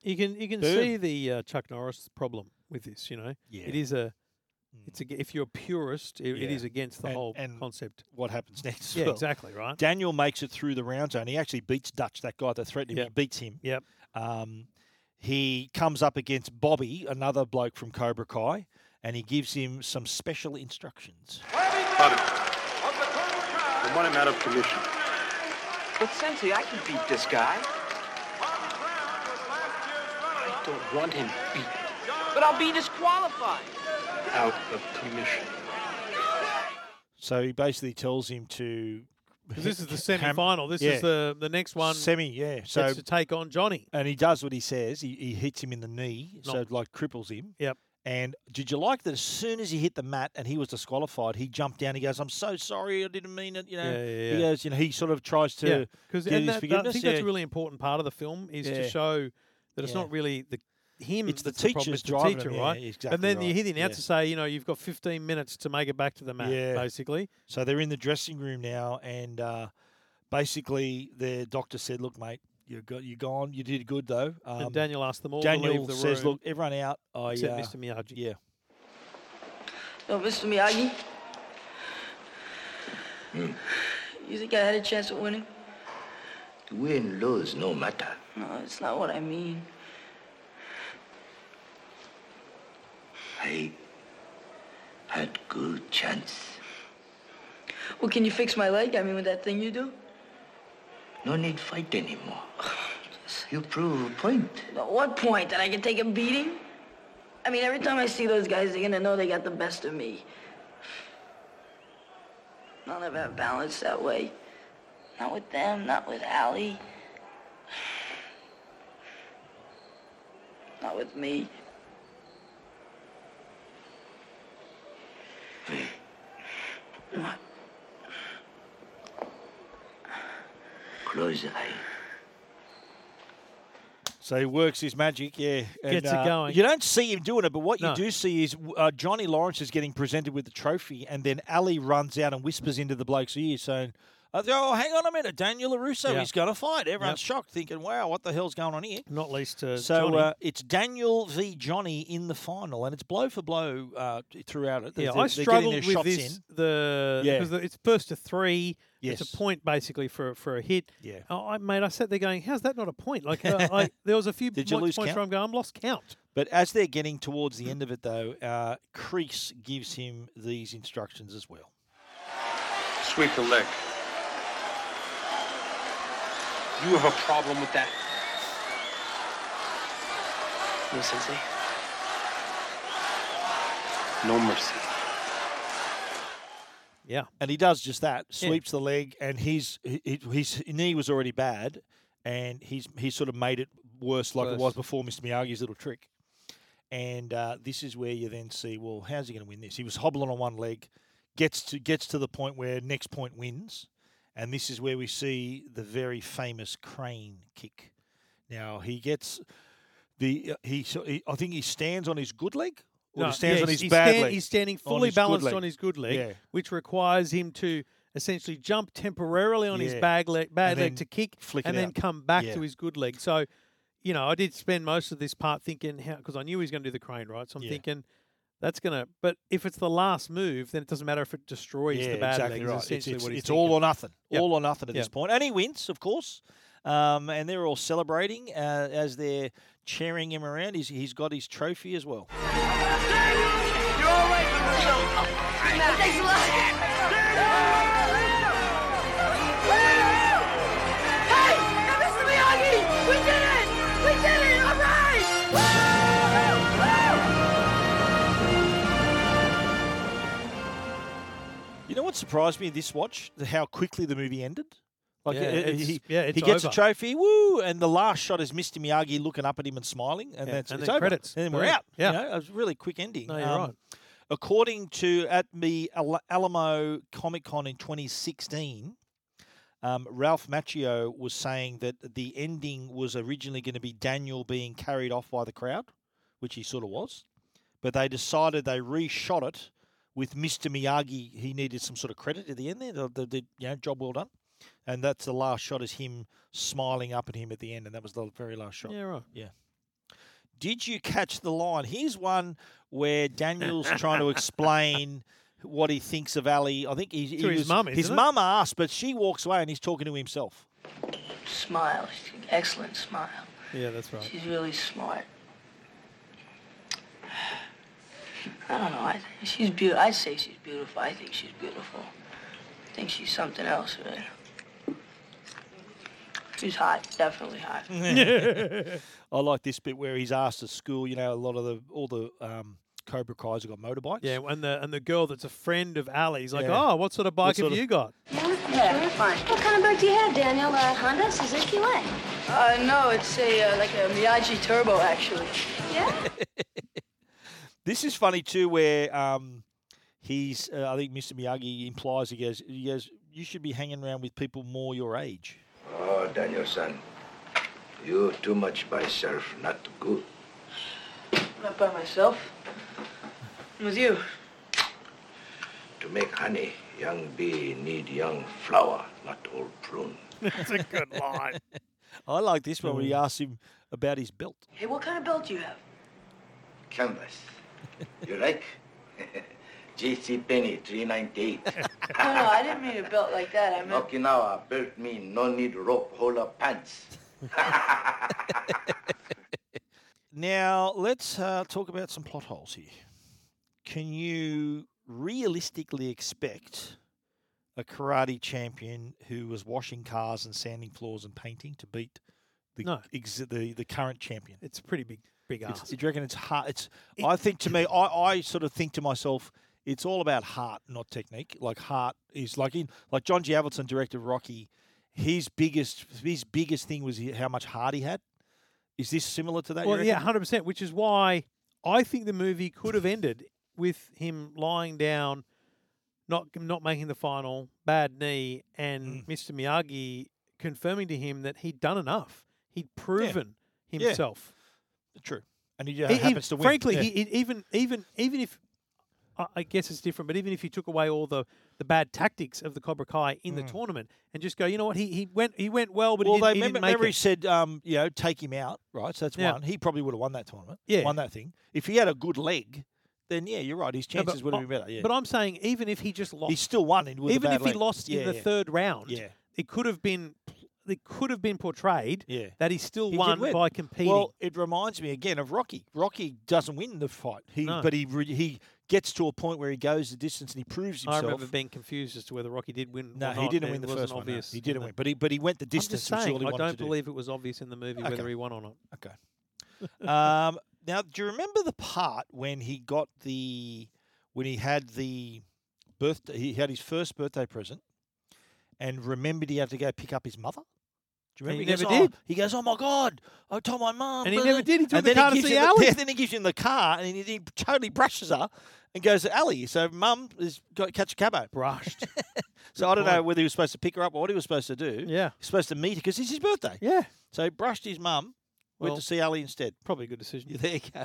[SPEAKER 8] You can you can
[SPEAKER 12] Boom.
[SPEAKER 8] see the uh, Chuck Norris problem with this. You know,
[SPEAKER 7] Yeah. Mm.
[SPEAKER 8] it is a it's a, if you're a purist, it,
[SPEAKER 7] Yeah.
[SPEAKER 8] it is against the
[SPEAKER 7] And-
[SPEAKER 8] whole
[SPEAKER 7] and
[SPEAKER 8] concept.
[SPEAKER 7] What happens next? as
[SPEAKER 8] Yeah,
[SPEAKER 7] well.
[SPEAKER 8] exactly right.
[SPEAKER 7] Daniel makes it through the round zone. He actually beats Dutch, that guy that threatened him. He
[SPEAKER 8] Yep.
[SPEAKER 7] beats him.
[SPEAKER 8] Yep.
[SPEAKER 7] Um, he comes up against Bobby, another bloke from Cobra Kai, and he gives him some special instructions.
[SPEAKER 13] I want him out of commission.
[SPEAKER 12] But Sensei, I can beat this guy.
[SPEAKER 13] I don't want him beaten
[SPEAKER 12] But I'll be disqualified.
[SPEAKER 13] out of commission.
[SPEAKER 7] So he basically tells him to.
[SPEAKER 8] 'Cause this is the
[SPEAKER 7] Ham-
[SPEAKER 8] semi-final. This
[SPEAKER 7] yeah.
[SPEAKER 8] is the the next one.
[SPEAKER 7] Semi, yeah.
[SPEAKER 8] gets
[SPEAKER 7] So
[SPEAKER 8] to take on Johnny.
[SPEAKER 7] and he does what he says. He, he hits him in the knee, so
[SPEAKER 8] Knock.
[SPEAKER 7] it, like cripples him.
[SPEAKER 8] Yep.
[SPEAKER 7] And did you like that? As soon as he hit the mat and he was disqualified, he jumped down. He goes, "I'm so sorry, I didn't mean it." You know.
[SPEAKER 8] Yeah, yeah, yeah.
[SPEAKER 7] He goes, you know, he sort of tries to
[SPEAKER 8] Yeah, because
[SPEAKER 7] get his
[SPEAKER 8] and that, that- I
[SPEAKER 7] forgiveness.
[SPEAKER 8] think
[SPEAKER 7] yeah.
[SPEAKER 8] that's a really important part of the film is
[SPEAKER 7] Yeah.
[SPEAKER 8] to show that it's
[SPEAKER 7] Yeah.
[SPEAKER 8] not really the him.
[SPEAKER 7] It's the
[SPEAKER 8] that's problem,
[SPEAKER 7] teachers
[SPEAKER 8] it's the
[SPEAKER 7] driving
[SPEAKER 8] teacher,
[SPEAKER 7] him, yeah,
[SPEAKER 8] right?
[SPEAKER 7] exactly
[SPEAKER 8] and then you
[SPEAKER 7] right,
[SPEAKER 8] hear the announcer
[SPEAKER 7] yeah.
[SPEAKER 8] say, you know, you've got 15 minutes to make it back to the mat, basically.
[SPEAKER 7] So they're in the dressing room now, and uh, basically their doctor said, "Look, mate, you got you gone. You did good though." Um,
[SPEAKER 8] And Daniel asked them all to leave
[SPEAKER 7] Daniel
[SPEAKER 8] the
[SPEAKER 7] says,
[SPEAKER 8] room.
[SPEAKER 7] "Look, everyone out. I,
[SPEAKER 8] Except
[SPEAKER 7] uh,
[SPEAKER 8] Mr. Miyagi.
[SPEAKER 7] Yeah,
[SPEAKER 1] No, Mr. Miyagi.
[SPEAKER 4] Hmm.
[SPEAKER 1] You think I had a chance of winning?
[SPEAKER 4] Win, lose, no matter.
[SPEAKER 1] No, it's not what I mean.
[SPEAKER 4] I had good chance.
[SPEAKER 1] Well, can you fix my leg? I mean, with that thing you do?
[SPEAKER 4] No need fight anymore. You prove a point.
[SPEAKER 1] At what point? That I can take a beating? I mean, every time I see those guys, they're gonna know they got the best of me. I'll never have balance that way. Not with them, not with Allie. Not with me.
[SPEAKER 4] Close eye.
[SPEAKER 7] So he works his magic, yeah. uh,
[SPEAKER 8] Gets it going.
[SPEAKER 7] You don't see him doing it, but what
[SPEAKER 8] No.
[SPEAKER 7] you do see is uh, Johnny Lawrence is getting presented with the trophy, and then Ali runs out and whispers into the bloke's ear, saying, "Oh, hang on a minute, Daniel Larusso,
[SPEAKER 8] Yeah.
[SPEAKER 7] he's going to fight." Everyone's
[SPEAKER 8] Yep.
[SPEAKER 7] shocked, thinking, "Wow, what the hell's going on here?"
[SPEAKER 8] Not least uh,
[SPEAKER 7] so
[SPEAKER 8] Johnny.
[SPEAKER 7] uh, it's Daniel v Johnny in the final, and it's blow for blow uh, throughout it. They're-
[SPEAKER 8] yeah, I
[SPEAKER 7] they're getting
[SPEAKER 8] struggled
[SPEAKER 7] their
[SPEAKER 8] with
[SPEAKER 7] shots
[SPEAKER 8] this.
[SPEAKER 7] in.
[SPEAKER 8] The
[SPEAKER 7] Yeah.
[SPEAKER 8] because it's first to three. It's
[SPEAKER 7] Yes.
[SPEAKER 8] a point basically for for a hit.
[SPEAKER 7] Yeah.
[SPEAKER 8] Oh, I mate, I sat there going, "How's that not a point?" Like uh, I, there was a few
[SPEAKER 7] Did you
[SPEAKER 8] points
[SPEAKER 7] lose
[SPEAKER 8] points
[SPEAKER 7] count?
[SPEAKER 8] where I'm going, "I'm lost count."
[SPEAKER 7] But as they're getting towards the end of it, though, uh, Crease gives him these instructions as well.
[SPEAKER 13] Sweep the leg. You have a problem with that?
[SPEAKER 14] No, Sensei.
[SPEAKER 13] No mercy.
[SPEAKER 8] Yeah.
[SPEAKER 7] And he does just that,
[SPEAKER 8] Yeah.
[SPEAKER 7] sweeps the leg, and his, his his knee was already bad, and he's he sort of made it worse, like it
[SPEAKER 8] Worse.
[SPEAKER 7] was before Mr. Miyagi's little trick. And uh, this is where you then see, well, how's he going to win this? He was hobbling on one leg, gets to gets to the point where next point wins, and this is where we see the very famous crane kick. Now he gets the uh, he, so he I think he stands on his good leg or
[SPEAKER 8] No,
[SPEAKER 7] he stands
[SPEAKER 8] yeah,
[SPEAKER 7] on his
[SPEAKER 8] he's
[SPEAKER 7] bad
[SPEAKER 8] stand-
[SPEAKER 7] leg.
[SPEAKER 8] He's standing
[SPEAKER 7] On
[SPEAKER 8] fully
[SPEAKER 7] his good
[SPEAKER 8] balanced
[SPEAKER 7] leg.
[SPEAKER 8] on his good leg,
[SPEAKER 7] Yeah.
[SPEAKER 8] which requires him to essentially jump temporarily on his
[SPEAKER 7] Yeah.
[SPEAKER 8] bag leg, bad
[SPEAKER 7] And
[SPEAKER 8] leg
[SPEAKER 7] then
[SPEAKER 8] to kick,
[SPEAKER 7] flick
[SPEAKER 8] and
[SPEAKER 7] it
[SPEAKER 8] then
[SPEAKER 7] out.
[SPEAKER 8] come back
[SPEAKER 7] Yeah.
[SPEAKER 8] to his good leg. So, you know, I did spend most of this part thinking how because I knew he was going to do the crane, right? So I'm
[SPEAKER 7] Yeah.
[SPEAKER 8] thinking. That's gonna, but if it's the last move, then it doesn't matter if it destroys
[SPEAKER 7] yeah,
[SPEAKER 8] the bad
[SPEAKER 7] exactly
[SPEAKER 8] leg. is
[SPEAKER 7] Right. It's-
[SPEAKER 8] essentially
[SPEAKER 7] it's
[SPEAKER 8] what he's
[SPEAKER 7] it's all
[SPEAKER 8] thinking.
[SPEAKER 7] or nothing.
[SPEAKER 8] Yep.
[SPEAKER 7] All or nothing at
[SPEAKER 8] Yep.
[SPEAKER 7] this point. And he wins, of course. Um, and they're all celebrating uh, as they're cheering him around. He's, he's got his trophy as well.
[SPEAKER 12] You're all right for yourself. Thanks a lot. Hey, Mr. Miyagi, we did it! We did it! All right!
[SPEAKER 7] You know what surprised me this watch? The- How quickly the movie ended. Like
[SPEAKER 8] Yeah,
[SPEAKER 7] uh,
[SPEAKER 8] it's-
[SPEAKER 7] he,
[SPEAKER 8] yeah, it's
[SPEAKER 7] he gets a
[SPEAKER 8] over.
[SPEAKER 7] trophy, woo, and the last shot is Mr. Miyagi looking up at him and smiling, and
[SPEAKER 8] Yeah,
[SPEAKER 7] that's
[SPEAKER 8] and
[SPEAKER 7] it's
[SPEAKER 8] then
[SPEAKER 7] over.
[SPEAKER 8] credits.
[SPEAKER 7] and then we're
[SPEAKER 8] Boom.
[SPEAKER 7] out.
[SPEAKER 8] Yeah.
[SPEAKER 7] you know, it was a really quick ending. Um,
[SPEAKER 8] No, you're right.
[SPEAKER 7] According to at the Al- Alamo Comic Con in 2016, um, Ralph Macchio was saying that the ending was originally going to be Daniel being carried off by the crowd, which he sort of was, but they decided they reshot it with Mr. Miyagi. He needed some sort of credit at the end there. The, the, the you know, job well done, and that's the last shot is him smiling up at him at the end, and that was the very last shot.
[SPEAKER 8] Yeah, right.
[SPEAKER 7] Yeah. Did you catch the line? Here's one where Daniel's trying to explain what he thinks of Ali. I think he, he
[SPEAKER 8] To his
[SPEAKER 7] was-
[SPEAKER 8] mum,
[SPEAKER 7] His
[SPEAKER 8] isn't it?
[SPEAKER 7] mum asked, but she walks away and he's talking to himself.
[SPEAKER 1] Smile. Excellent smile.
[SPEAKER 8] Yeah, that's right.
[SPEAKER 1] She's really smart. I don't know. I think she's beautiful. I'd say she's beautiful. I think she's beautiful. I think she's something else, really. She's hot. Definitely hot.
[SPEAKER 7] I like this bit where he's asked at school. You know, a lot of the all the um, Cobra Kai's have got motorbikes.
[SPEAKER 8] Yeah, and the and the girl that's a friend of Ali's like,
[SPEAKER 7] Yeah.
[SPEAKER 8] oh, what sort of
[SPEAKER 7] What
[SPEAKER 8] bike
[SPEAKER 7] sort
[SPEAKER 8] have
[SPEAKER 7] of-
[SPEAKER 8] you got?
[SPEAKER 15] What kind of bike do you have, Daniel? Uh, Honda, Suzuki, what?
[SPEAKER 1] Uh, no, it's a uh, like a Miyagi Turbo, actually.
[SPEAKER 15] Yeah.
[SPEAKER 7] This is funny too, where um, he's. Uh, I think Mr. Miyagi implies he goes. He goes. You should be hanging around with people more your age.
[SPEAKER 4] Oh, Daniel-san, you too much by yourself, not good.
[SPEAKER 1] I'm not by myself. I'm with you.
[SPEAKER 4] To make honey, young bee need young flower, not old prune.
[SPEAKER 8] That's a good line.
[SPEAKER 7] I like this one when
[SPEAKER 8] Mm.
[SPEAKER 7] he asked him about his belt.
[SPEAKER 12] Hey, what kind of belt do you have?
[SPEAKER 4] Canvas. You like? J.C. Penny, 398.
[SPEAKER 12] No, no, I didn't mean a belt like that. I
[SPEAKER 4] In
[SPEAKER 12] meant
[SPEAKER 4] Okinawa, belt mean no need rope, hold up pants.
[SPEAKER 7] Now, let's uh, talk about some plot holes here. Can you realistically expect a karate champion who was washing cars and sanding floors and painting to beat the
[SPEAKER 8] No.
[SPEAKER 7] ex- the, the current champion?
[SPEAKER 8] It's a pretty big, big
[SPEAKER 7] It's-
[SPEAKER 8] ass.
[SPEAKER 7] do you reckon it's hard? It's. I think to me, I, I sort of think to myself, it's all about heart, not technique. Like heart is like in like John Javelson, director of Rocky. His biggest his biggest thing was he- how much heart he had. Is this similar to that? you
[SPEAKER 8] Well, yeah,
[SPEAKER 7] reckon?
[SPEAKER 8] hundred percent. Which is why I think the movie could have ended with him lying down, not not making the final, bad knee,
[SPEAKER 7] Mm.
[SPEAKER 8] and Mr. Miyagi confirming to him that he'd done enough. He'd proven
[SPEAKER 7] Yeah.
[SPEAKER 8] himself.
[SPEAKER 7] true. And he uh,
[SPEAKER 8] E- e-
[SPEAKER 7] happens to win.
[SPEAKER 8] Frankly,
[SPEAKER 7] Yeah.
[SPEAKER 8] he, he- even even even if I, I guess it's different, but even if you took away all the the bad tactics of the Cobra Kai in the
[SPEAKER 7] Mm.
[SPEAKER 8] tournament and just go, you know what, he he went he went well, but
[SPEAKER 7] well,
[SPEAKER 8] he
[SPEAKER 7] they
[SPEAKER 8] didn't, he
[SPEAKER 7] remember,
[SPEAKER 8] didn't make
[SPEAKER 7] remember he
[SPEAKER 8] it.
[SPEAKER 7] said, um, you know, take him out, right? So that's
[SPEAKER 8] Yeah.
[SPEAKER 7] one. He probably would have won that tournament.
[SPEAKER 8] Yeah.
[SPEAKER 7] won that thing. If he had a good leg, then yeah, you're right. His
[SPEAKER 8] No, but
[SPEAKER 7] chances would have
[SPEAKER 8] I-
[SPEAKER 7] been better. Yeah,
[SPEAKER 8] But I'm saying even if he just lost,
[SPEAKER 7] he still won. With a
[SPEAKER 8] even
[SPEAKER 7] bad
[SPEAKER 8] if he
[SPEAKER 7] leg.
[SPEAKER 8] lost
[SPEAKER 7] Yeah,
[SPEAKER 8] in the
[SPEAKER 7] yeah.
[SPEAKER 8] third round,
[SPEAKER 7] Yeah.
[SPEAKER 8] it could have been it could have been portrayed
[SPEAKER 7] Yeah.
[SPEAKER 8] that he still
[SPEAKER 7] He did
[SPEAKER 8] won
[SPEAKER 7] win.
[SPEAKER 8] by competing.
[SPEAKER 7] Well, it reminds me again of Rocky. Rocky doesn't win the fight, he
[SPEAKER 8] No.
[SPEAKER 7] but he re- he gets to a point where he goes the distance and he proves
[SPEAKER 8] I
[SPEAKER 7] himself.
[SPEAKER 8] remember being confused as to whether Rocky did win.
[SPEAKER 7] no,
[SPEAKER 8] or
[SPEAKER 7] he
[SPEAKER 8] not,
[SPEAKER 7] didn't
[SPEAKER 8] and
[SPEAKER 7] win the
[SPEAKER 8] it wasn't
[SPEAKER 7] first one. no.
[SPEAKER 8] obvious
[SPEAKER 7] he
[SPEAKER 8] in
[SPEAKER 7] didn't
[SPEAKER 8] the-
[SPEAKER 7] win, but he but he went the
[SPEAKER 8] I'm
[SPEAKER 7] distance.
[SPEAKER 8] just
[SPEAKER 7] which is
[SPEAKER 8] saying,
[SPEAKER 7] all he
[SPEAKER 8] I
[SPEAKER 7] wanted
[SPEAKER 8] don't
[SPEAKER 7] to do.
[SPEAKER 8] believe it was obvious in the movie whether he won or not.
[SPEAKER 7] Okay. um, now, do you remember the part when he got the when he had the birthday? He had his first birthday present, and remembered he had to go pick up his mother. Do you
[SPEAKER 8] And
[SPEAKER 7] remember?
[SPEAKER 8] he
[SPEAKER 7] goes,
[SPEAKER 8] never did.
[SPEAKER 7] "Oh," he goes, "Oh my god, I told my mum,"
[SPEAKER 8] And he
[SPEAKER 7] blah,
[SPEAKER 8] never
[SPEAKER 7] blah."
[SPEAKER 8] did. He took
[SPEAKER 7] And
[SPEAKER 8] the
[SPEAKER 7] then
[SPEAKER 8] car to
[SPEAKER 7] gives
[SPEAKER 8] see
[SPEAKER 7] him the-
[SPEAKER 8] Ally.
[SPEAKER 7] yeah, then he gives him the car, and he, he totally brushes her and goes to Ally. So mum has got to catch a cabo.
[SPEAKER 8] Brushed.
[SPEAKER 7] so I don't know whether he was supposed to pick her up or what he was supposed to do.
[SPEAKER 8] Yeah.
[SPEAKER 7] He's supposed to meet her because it's his birthday.
[SPEAKER 8] Yeah.
[SPEAKER 7] So he brushed his mum,
[SPEAKER 8] Well,
[SPEAKER 7] went to see Ali instead.
[SPEAKER 8] Probably a good decision.
[SPEAKER 7] Yeah, There you go.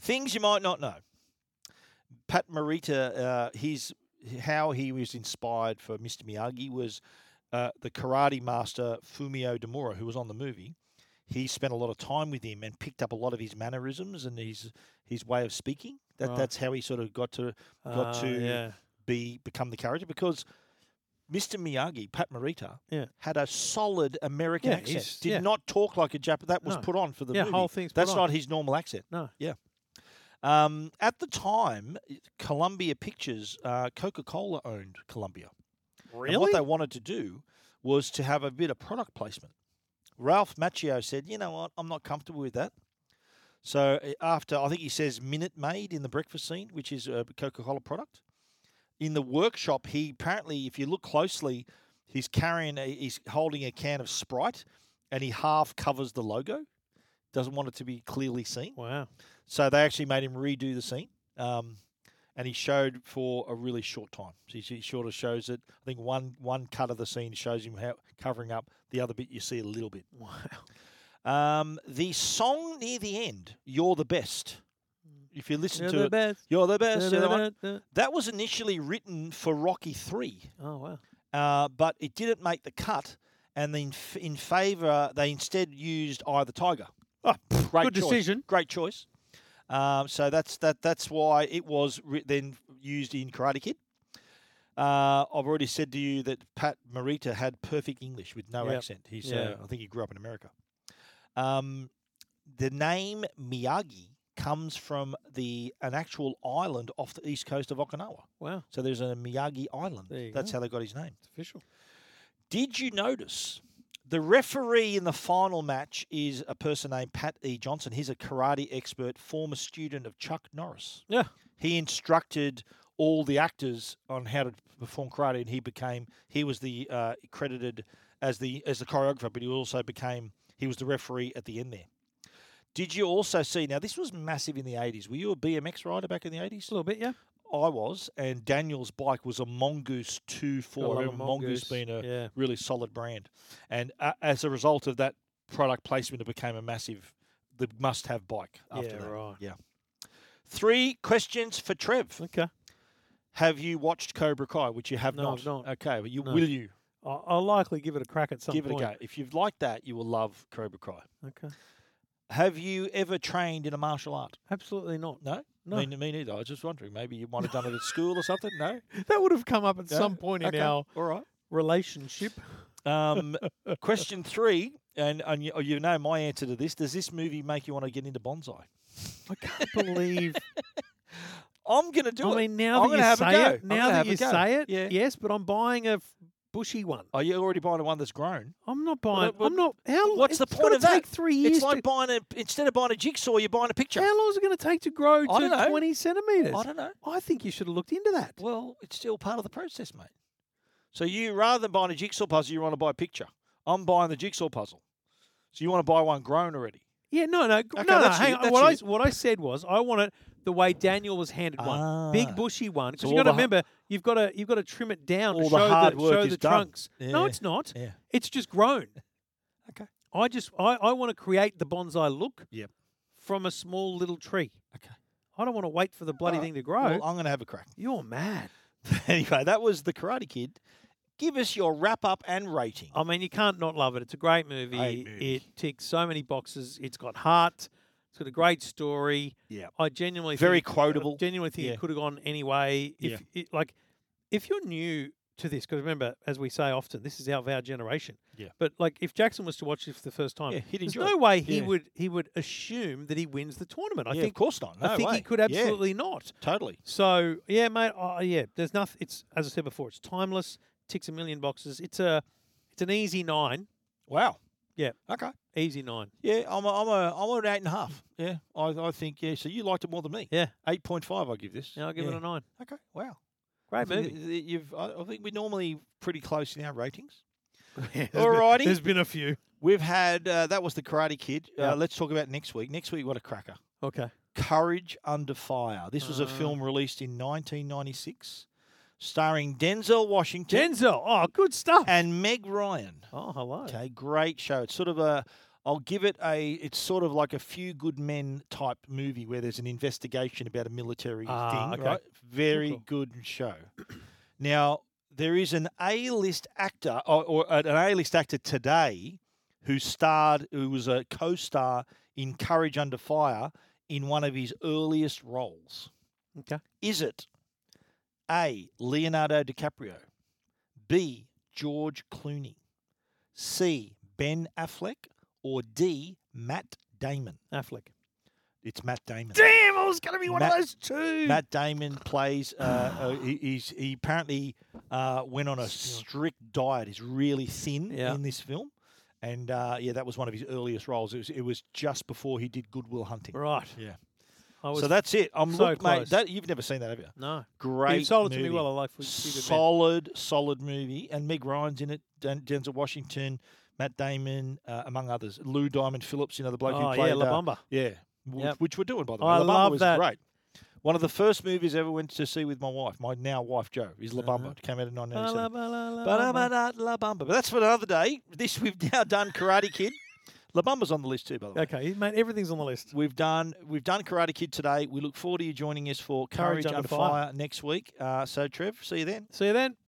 [SPEAKER 7] Things you might not know. Pat Morita, uh, his how he was inspired for Mr. Miyagi was uh, the karate master Fumio Demura, who was on the movie. He spent a lot of time with him and picked up a lot of his mannerisms and his his way of speaking. That
[SPEAKER 8] Right.
[SPEAKER 7] that's how he sort of got to got
[SPEAKER 8] Ah,
[SPEAKER 7] to
[SPEAKER 8] yeah.
[SPEAKER 7] be become the character because Mr. Miyagi, Pat Morita,
[SPEAKER 8] Yeah.
[SPEAKER 7] had a solid American
[SPEAKER 8] Yeah,
[SPEAKER 7] accent.
[SPEAKER 8] he's-
[SPEAKER 7] Did
[SPEAKER 8] yeah.
[SPEAKER 7] not talk like a Japanese. That was
[SPEAKER 8] No.
[SPEAKER 7] put on for the
[SPEAKER 8] Yeah,
[SPEAKER 7] movie.
[SPEAKER 8] whole thing's put
[SPEAKER 7] That's
[SPEAKER 8] on.
[SPEAKER 7] not his normal accent.
[SPEAKER 8] No.
[SPEAKER 7] Yeah. Um, at the time, Columbia Pictures, uh, Coca Cola owned Columbia. And what
[SPEAKER 8] Really?
[SPEAKER 7] they wanted to do was to have a bit of product placement. Ralph Macchio said, you know what, I'm not comfortable with that. So uh, after, I think he says Minute Maid in the breakfast scene, which is a Coca Cola product. In the workshop, he apparently, if you look closely, he's carrying, a, he's holding a can of Sprite and he half covers the logo. Doesn't want it to be clearly seen.
[SPEAKER 8] Wow.
[SPEAKER 7] So they actually made him redo the scene, um, and he showed for a really short time. So he, he sort of shows it. I think one one cut of the scene shows him how, covering up. The other bit you see a little bit.
[SPEAKER 8] Wow.
[SPEAKER 7] Um, the song near the end, "You're the Best." If you listen
[SPEAKER 8] Hmm. You're
[SPEAKER 7] to
[SPEAKER 8] the
[SPEAKER 7] it,
[SPEAKER 8] best.
[SPEAKER 7] you're the best. you're the one.
[SPEAKER 8] Da-da-da-da.
[SPEAKER 7] That was initially written for Rocky Three
[SPEAKER 8] Oh wow.
[SPEAKER 7] uh, but it didn't make the cut. And then f- in favour, they instead used Eye of the Tiger. Oh, great
[SPEAKER 8] Ah, good
[SPEAKER 7] choice.
[SPEAKER 8] decision.
[SPEAKER 7] Great choice. Um, so that's that. That's why it was re- then used in Karate Kid. Uh, I've already said to you that Pat Morita had perfect English with no
[SPEAKER 8] Yep.
[SPEAKER 7] accent. He's,
[SPEAKER 8] Yeah.
[SPEAKER 7] uh, I think he grew up in America. Um, the name Miyagi comes from the an actual island off the east coast of Okinawa.
[SPEAKER 8] Wow.
[SPEAKER 7] So there's a Miyagi Island.
[SPEAKER 8] There you
[SPEAKER 7] That's
[SPEAKER 8] go.
[SPEAKER 7] how they got his name.
[SPEAKER 8] It's official.
[SPEAKER 7] Did you notice the referee in the final match is a person named Pat E. Johnson? He's a karate expert, former student of Chuck Norris.
[SPEAKER 8] Yeah.
[SPEAKER 7] He instructed all the actors on how to perform karate, and he became he was the uh, credited as the as the choreographer, but he also became he was the referee at the end there. Did you also see? Now this was massive in the eighties. Were you a BMX rider back in the eighties?
[SPEAKER 8] A little bit, yeah.
[SPEAKER 7] I was, and Daniel's bike was a Mongoose 240.
[SPEAKER 8] Oh, I
[SPEAKER 7] I
[SPEAKER 8] remember
[SPEAKER 7] remember Mongoose
[SPEAKER 8] Mongoose,
[SPEAKER 7] being a
[SPEAKER 8] yeah.
[SPEAKER 7] really solid brand. And uh, as a result of that product placement, it became a massive, the must have bike after
[SPEAKER 8] Yeah,
[SPEAKER 7] that.
[SPEAKER 8] right.
[SPEAKER 7] Yeah. Three questions for Trev.
[SPEAKER 8] Okay.
[SPEAKER 7] Have you watched Cobra Kai, which you have
[SPEAKER 8] No,
[SPEAKER 7] not?
[SPEAKER 8] I've not.
[SPEAKER 7] Okay, but you
[SPEAKER 8] No.
[SPEAKER 7] will you
[SPEAKER 8] I- I'll likely give it a crack at some
[SPEAKER 7] give it
[SPEAKER 8] point.
[SPEAKER 7] a go. If you've liked that, you will love Cobra Kai.
[SPEAKER 8] Okay.
[SPEAKER 7] Have you ever trained in a martial art?
[SPEAKER 8] Absolutely not.
[SPEAKER 7] No.
[SPEAKER 8] No.
[SPEAKER 7] Me, me neither. I was just wondering. Maybe you might have done it at school or something. No.
[SPEAKER 8] That would have come up at
[SPEAKER 7] No?
[SPEAKER 8] some point in
[SPEAKER 7] Okay,
[SPEAKER 8] our
[SPEAKER 7] all right.
[SPEAKER 8] relationship.
[SPEAKER 7] Um, question three, and, and oh, you, you know my answer to this. Does this movie make you want to get into bonsai?
[SPEAKER 8] I can't believe.
[SPEAKER 7] I'm going to do
[SPEAKER 8] I
[SPEAKER 7] it.
[SPEAKER 8] mean, now
[SPEAKER 7] I'm gonna
[SPEAKER 8] that you
[SPEAKER 7] have a
[SPEAKER 8] say
[SPEAKER 7] go.
[SPEAKER 8] it,
[SPEAKER 7] I'm
[SPEAKER 8] now
[SPEAKER 7] gonna
[SPEAKER 8] that
[SPEAKER 7] have a
[SPEAKER 8] you
[SPEAKER 7] go.
[SPEAKER 8] say it,
[SPEAKER 7] yeah.
[SPEAKER 8] yes, but I'm buying a f- bushy one.
[SPEAKER 7] Are you already buying one that's grown?
[SPEAKER 8] I'm not buying.
[SPEAKER 7] that would-
[SPEAKER 8] I'm not. How?
[SPEAKER 7] What's the
[SPEAKER 8] it's
[SPEAKER 7] point
[SPEAKER 8] gonna
[SPEAKER 7] of that?
[SPEAKER 8] Take three years.
[SPEAKER 7] It's like
[SPEAKER 8] to,
[SPEAKER 7] buying a instead of buying a jigsaw, you're buying a picture.
[SPEAKER 8] how long is it going to take to grow
[SPEAKER 7] I don't
[SPEAKER 8] to
[SPEAKER 7] know.
[SPEAKER 8] 20 centimeters?
[SPEAKER 7] I don't know.
[SPEAKER 8] I think you should have looked into that.
[SPEAKER 7] Well, it's still part of the process, mate. So you, rather than buying a jigsaw puzzle, you want to buy a picture. I'm buying the jigsaw puzzle. So you want to buy one grown already?
[SPEAKER 8] Yeah, no, no,
[SPEAKER 7] Okay,
[SPEAKER 8] no, no.
[SPEAKER 7] that's
[SPEAKER 8] Hang
[SPEAKER 7] it,
[SPEAKER 8] on.
[SPEAKER 7] that's
[SPEAKER 8] What I,
[SPEAKER 7] it.
[SPEAKER 8] what I said was I want it the way Daniel was handed one,
[SPEAKER 7] Ah.
[SPEAKER 8] big bushy one. Because
[SPEAKER 7] So
[SPEAKER 8] you
[SPEAKER 7] all
[SPEAKER 8] got to
[SPEAKER 7] the ha-
[SPEAKER 8] remember, you've got to you've got to trim it down
[SPEAKER 7] All
[SPEAKER 8] to
[SPEAKER 7] the
[SPEAKER 8] show
[SPEAKER 7] hard work
[SPEAKER 8] show
[SPEAKER 7] is
[SPEAKER 8] the
[SPEAKER 7] done.
[SPEAKER 8] trunks. No,
[SPEAKER 7] Yeah,
[SPEAKER 8] it's not.
[SPEAKER 7] yeah.
[SPEAKER 8] It's just grown.
[SPEAKER 7] Okay.
[SPEAKER 8] I just I, I want to create the bonsai look.
[SPEAKER 7] Yep.
[SPEAKER 8] From a small little tree. Okay. I don't want to wait for the bloody
[SPEAKER 7] All right.
[SPEAKER 8] thing to grow.
[SPEAKER 7] Uh, Well, I'm going to have a crack.
[SPEAKER 8] You're mad.
[SPEAKER 7] anyway, that was the Karate Kid. Give us your wrap up and rating.
[SPEAKER 8] I mean, you can't not love it. It's a great movie.
[SPEAKER 7] Great movie.
[SPEAKER 8] It ticks so many boxes. It's got heart. It's got a great story.
[SPEAKER 7] Yeah.
[SPEAKER 8] I genuinely
[SPEAKER 7] Very
[SPEAKER 8] think,
[SPEAKER 7] quotable.
[SPEAKER 8] I genuinely think
[SPEAKER 7] Yeah.
[SPEAKER 8] it could have gone any way. If
[SPEAKER 7] Yeah.
[SPEAKER 8] it, like, if you're new to this, because remember, as we say often, this is out of our generation.
[SPEAKER 7] Yeah.
[SPEAKER 8] But like, if Jackson was to watch this for the first time,
[SPEAKER 7] Yeah, he'd
[SPEAKER 8] there's
[SPEAKER 7] enjoy
[SPEAKER 8] no
[SPEAKER 7] it.
[SPEAKER 8] way he
[SPEAKER 7] Yeah.
[SPEAKER 8] would he would assume that he wins the tournament. I
[SPEAKER 7] Yeah, of
[SPEAKER 8] think
[SPEAKER 7] course not.
[SPEAKER 8] I
[SPEAKER 7] No
[SPEAKER 8] think
[SPEAKER 7] way.
[SPEAKER 8] he could
[SPEAKER 7] Yeah.
[SPEAKER 8] absolutely not.
[SPEAKER 7] Totally.
[SPEAKER 8] So yeah, mate. Oh, yeah, there's nothing. It's as I said before. It's timeless. Ticks a million boxes. It's a, it's an easy nine.
[SPEAKER 7] Wow.
[SPEAKER 8] Yeah.
[SPEAKER 7] Okay.
[SPEAKER 8] Easy nine.
[SPEAKER 7] Yeah, I'm a, I'm a, I'm an eight and a half. Yeah, I, I think yeah. So you liked it more than me.
[SPEAKER 8] Yeah.
[SPEAKER 7] eight point five. I give this.
[SPEAKER 8] Yeah, I'll give it a nine.
[SPEAKER 7] Okay. Wow.
[SPEAKER 8] Great
[SPEAKER 7] I think
[SPEAKER 8] movie.
[SPEAKER 7] th- th- You've, I I think we're normally pretty close in our ratings.
[SPEAKER 8] been-
[SPEAKER 7] Alrighty.
[SPEAKER 8] there's been a few.
[SPEAKER 7] We've had uh, that was the Karate Kid.
[SPEAKER 8] Yeah.
[SPEAKER 7] Uh, let's talk about next week. Next week, what a cracker!
[SPEAKER 8] Okay.
[SPEAKER 7] Courage Under Fire. This was a
[SPEAKER 8] Mm.
[SPEAKER 7] film released in 1996, starring Denzel Washington
[SPEAKER 8] Denzel. Oh, good stuff.
[SPEAKER 7] and Meg Ryan.
[SPEAKER 8] Oh, hello.
[SPEAKER 7] Okay, great show. It's sort of a, I'll give it a, it's sort of like a Few Good Men type movie where there's an investigation about a military
[SPEAKER 8] Ah,
[SPEAKER 7] thing,
[SPEAKER 8] okay.
[SPEAKER 7] right? Very
[SPEAKER 8] Cool,
[SPEAKER 7] good show. Now, there is an A-list actor, or, or uh, an A-list actor today who starred, who was a co-star in Courage Under Fire in one of his earliest roles.
[SPEAKER 8] Okay.
[SPEAKER 7] Is it A. Leonardo DiCaprio, B. George Clooney, C. Ben Affleck, or D. Matt Damon?
[SPEAKER 8] Affleck.
[SPEAKER 7] It's Matt Damon.
[SPEAKER 8] Damn, I was going to be one
[SPEAKER 7] Matt-
[SPEAKER 8] of those two.
[SPEAKER 7] Matt Damon plays. Uh, uh, he, he's he apparently uh, went on a strict diet. He's really thin
[SPEAKER 8] Yeah.
[SPEAKER 7] in this film, and uh, yeah, that was one of his earliest roles. It was, it was just before he did Goodwill Hunting.
[SPEAKER 8] Right.
[SPEAKER 7] Yeah.
[SPEAKER 8] I was
[SPEAKER 7] So that's it. I'm
[SPEAKER 8] so
[SPEAKER 7] look,
[SPEAKER 8] close.
[SPEAKER 7] mate. That, you've never seen that, have you?
[SPEAKER 8] no.
[SPEAKER 7] Great.
[SPEAKER 8] You sold it to
[SPEAKER 7] movie.
[SPEAKER 8] me well. I like Few Good Men.
[SPEAKER 7] solid, solid movie, and Meg Ryan's in it. Dan- Denzel Washington, Matt Damon, uh, among others. Lou Diamond Phillips, you know the bloke
[SPEAKER 8] Oh,
[SPEAKER 7] who
[SPEAKER 8] yeah,
[SPEAKER 7] played
[SPEAKER 8] La
[SPEAKER 7] uh,
[SPEAKER 8] Bamba.
[SPEAKER 7] yeah, which,
[SPEAKER 8] Yep.
[SPEAKER 7] which we're doing by the
[SPEAKER 8] Oh,
[SPEAKER 7] way.
[SPEAKER 8] I
[SPEAKER 7] La Bamba
[SPEAKER 8] love
[SPEAKER 7] was
[SPEAKER 8] that.
[SPEAKER 7] great. One of the first movies I ever went to see with my wife, my now wife Jo, is La Bamba. It came out in
[SPEAKER 8] Ba la
[SPEAKER 7] 1997.
[SPEAKER 8] ba la Uh-huh. la la ba.
[SPEAKER 7] Ba-da-ba-da, La Bamba. But that's for another day. This we've now done Karate Kid. La Bamba's on the list too, by the way.
[SPEAKER 8] Okay, mate. Everything's on the list.
[SPEAKER 7] We've done we've done Karate Kid today. We look forward to you joining us for Courage, Under Fire next week. Uh, so Trev, see you then.
[SPEAKER 8] See you then.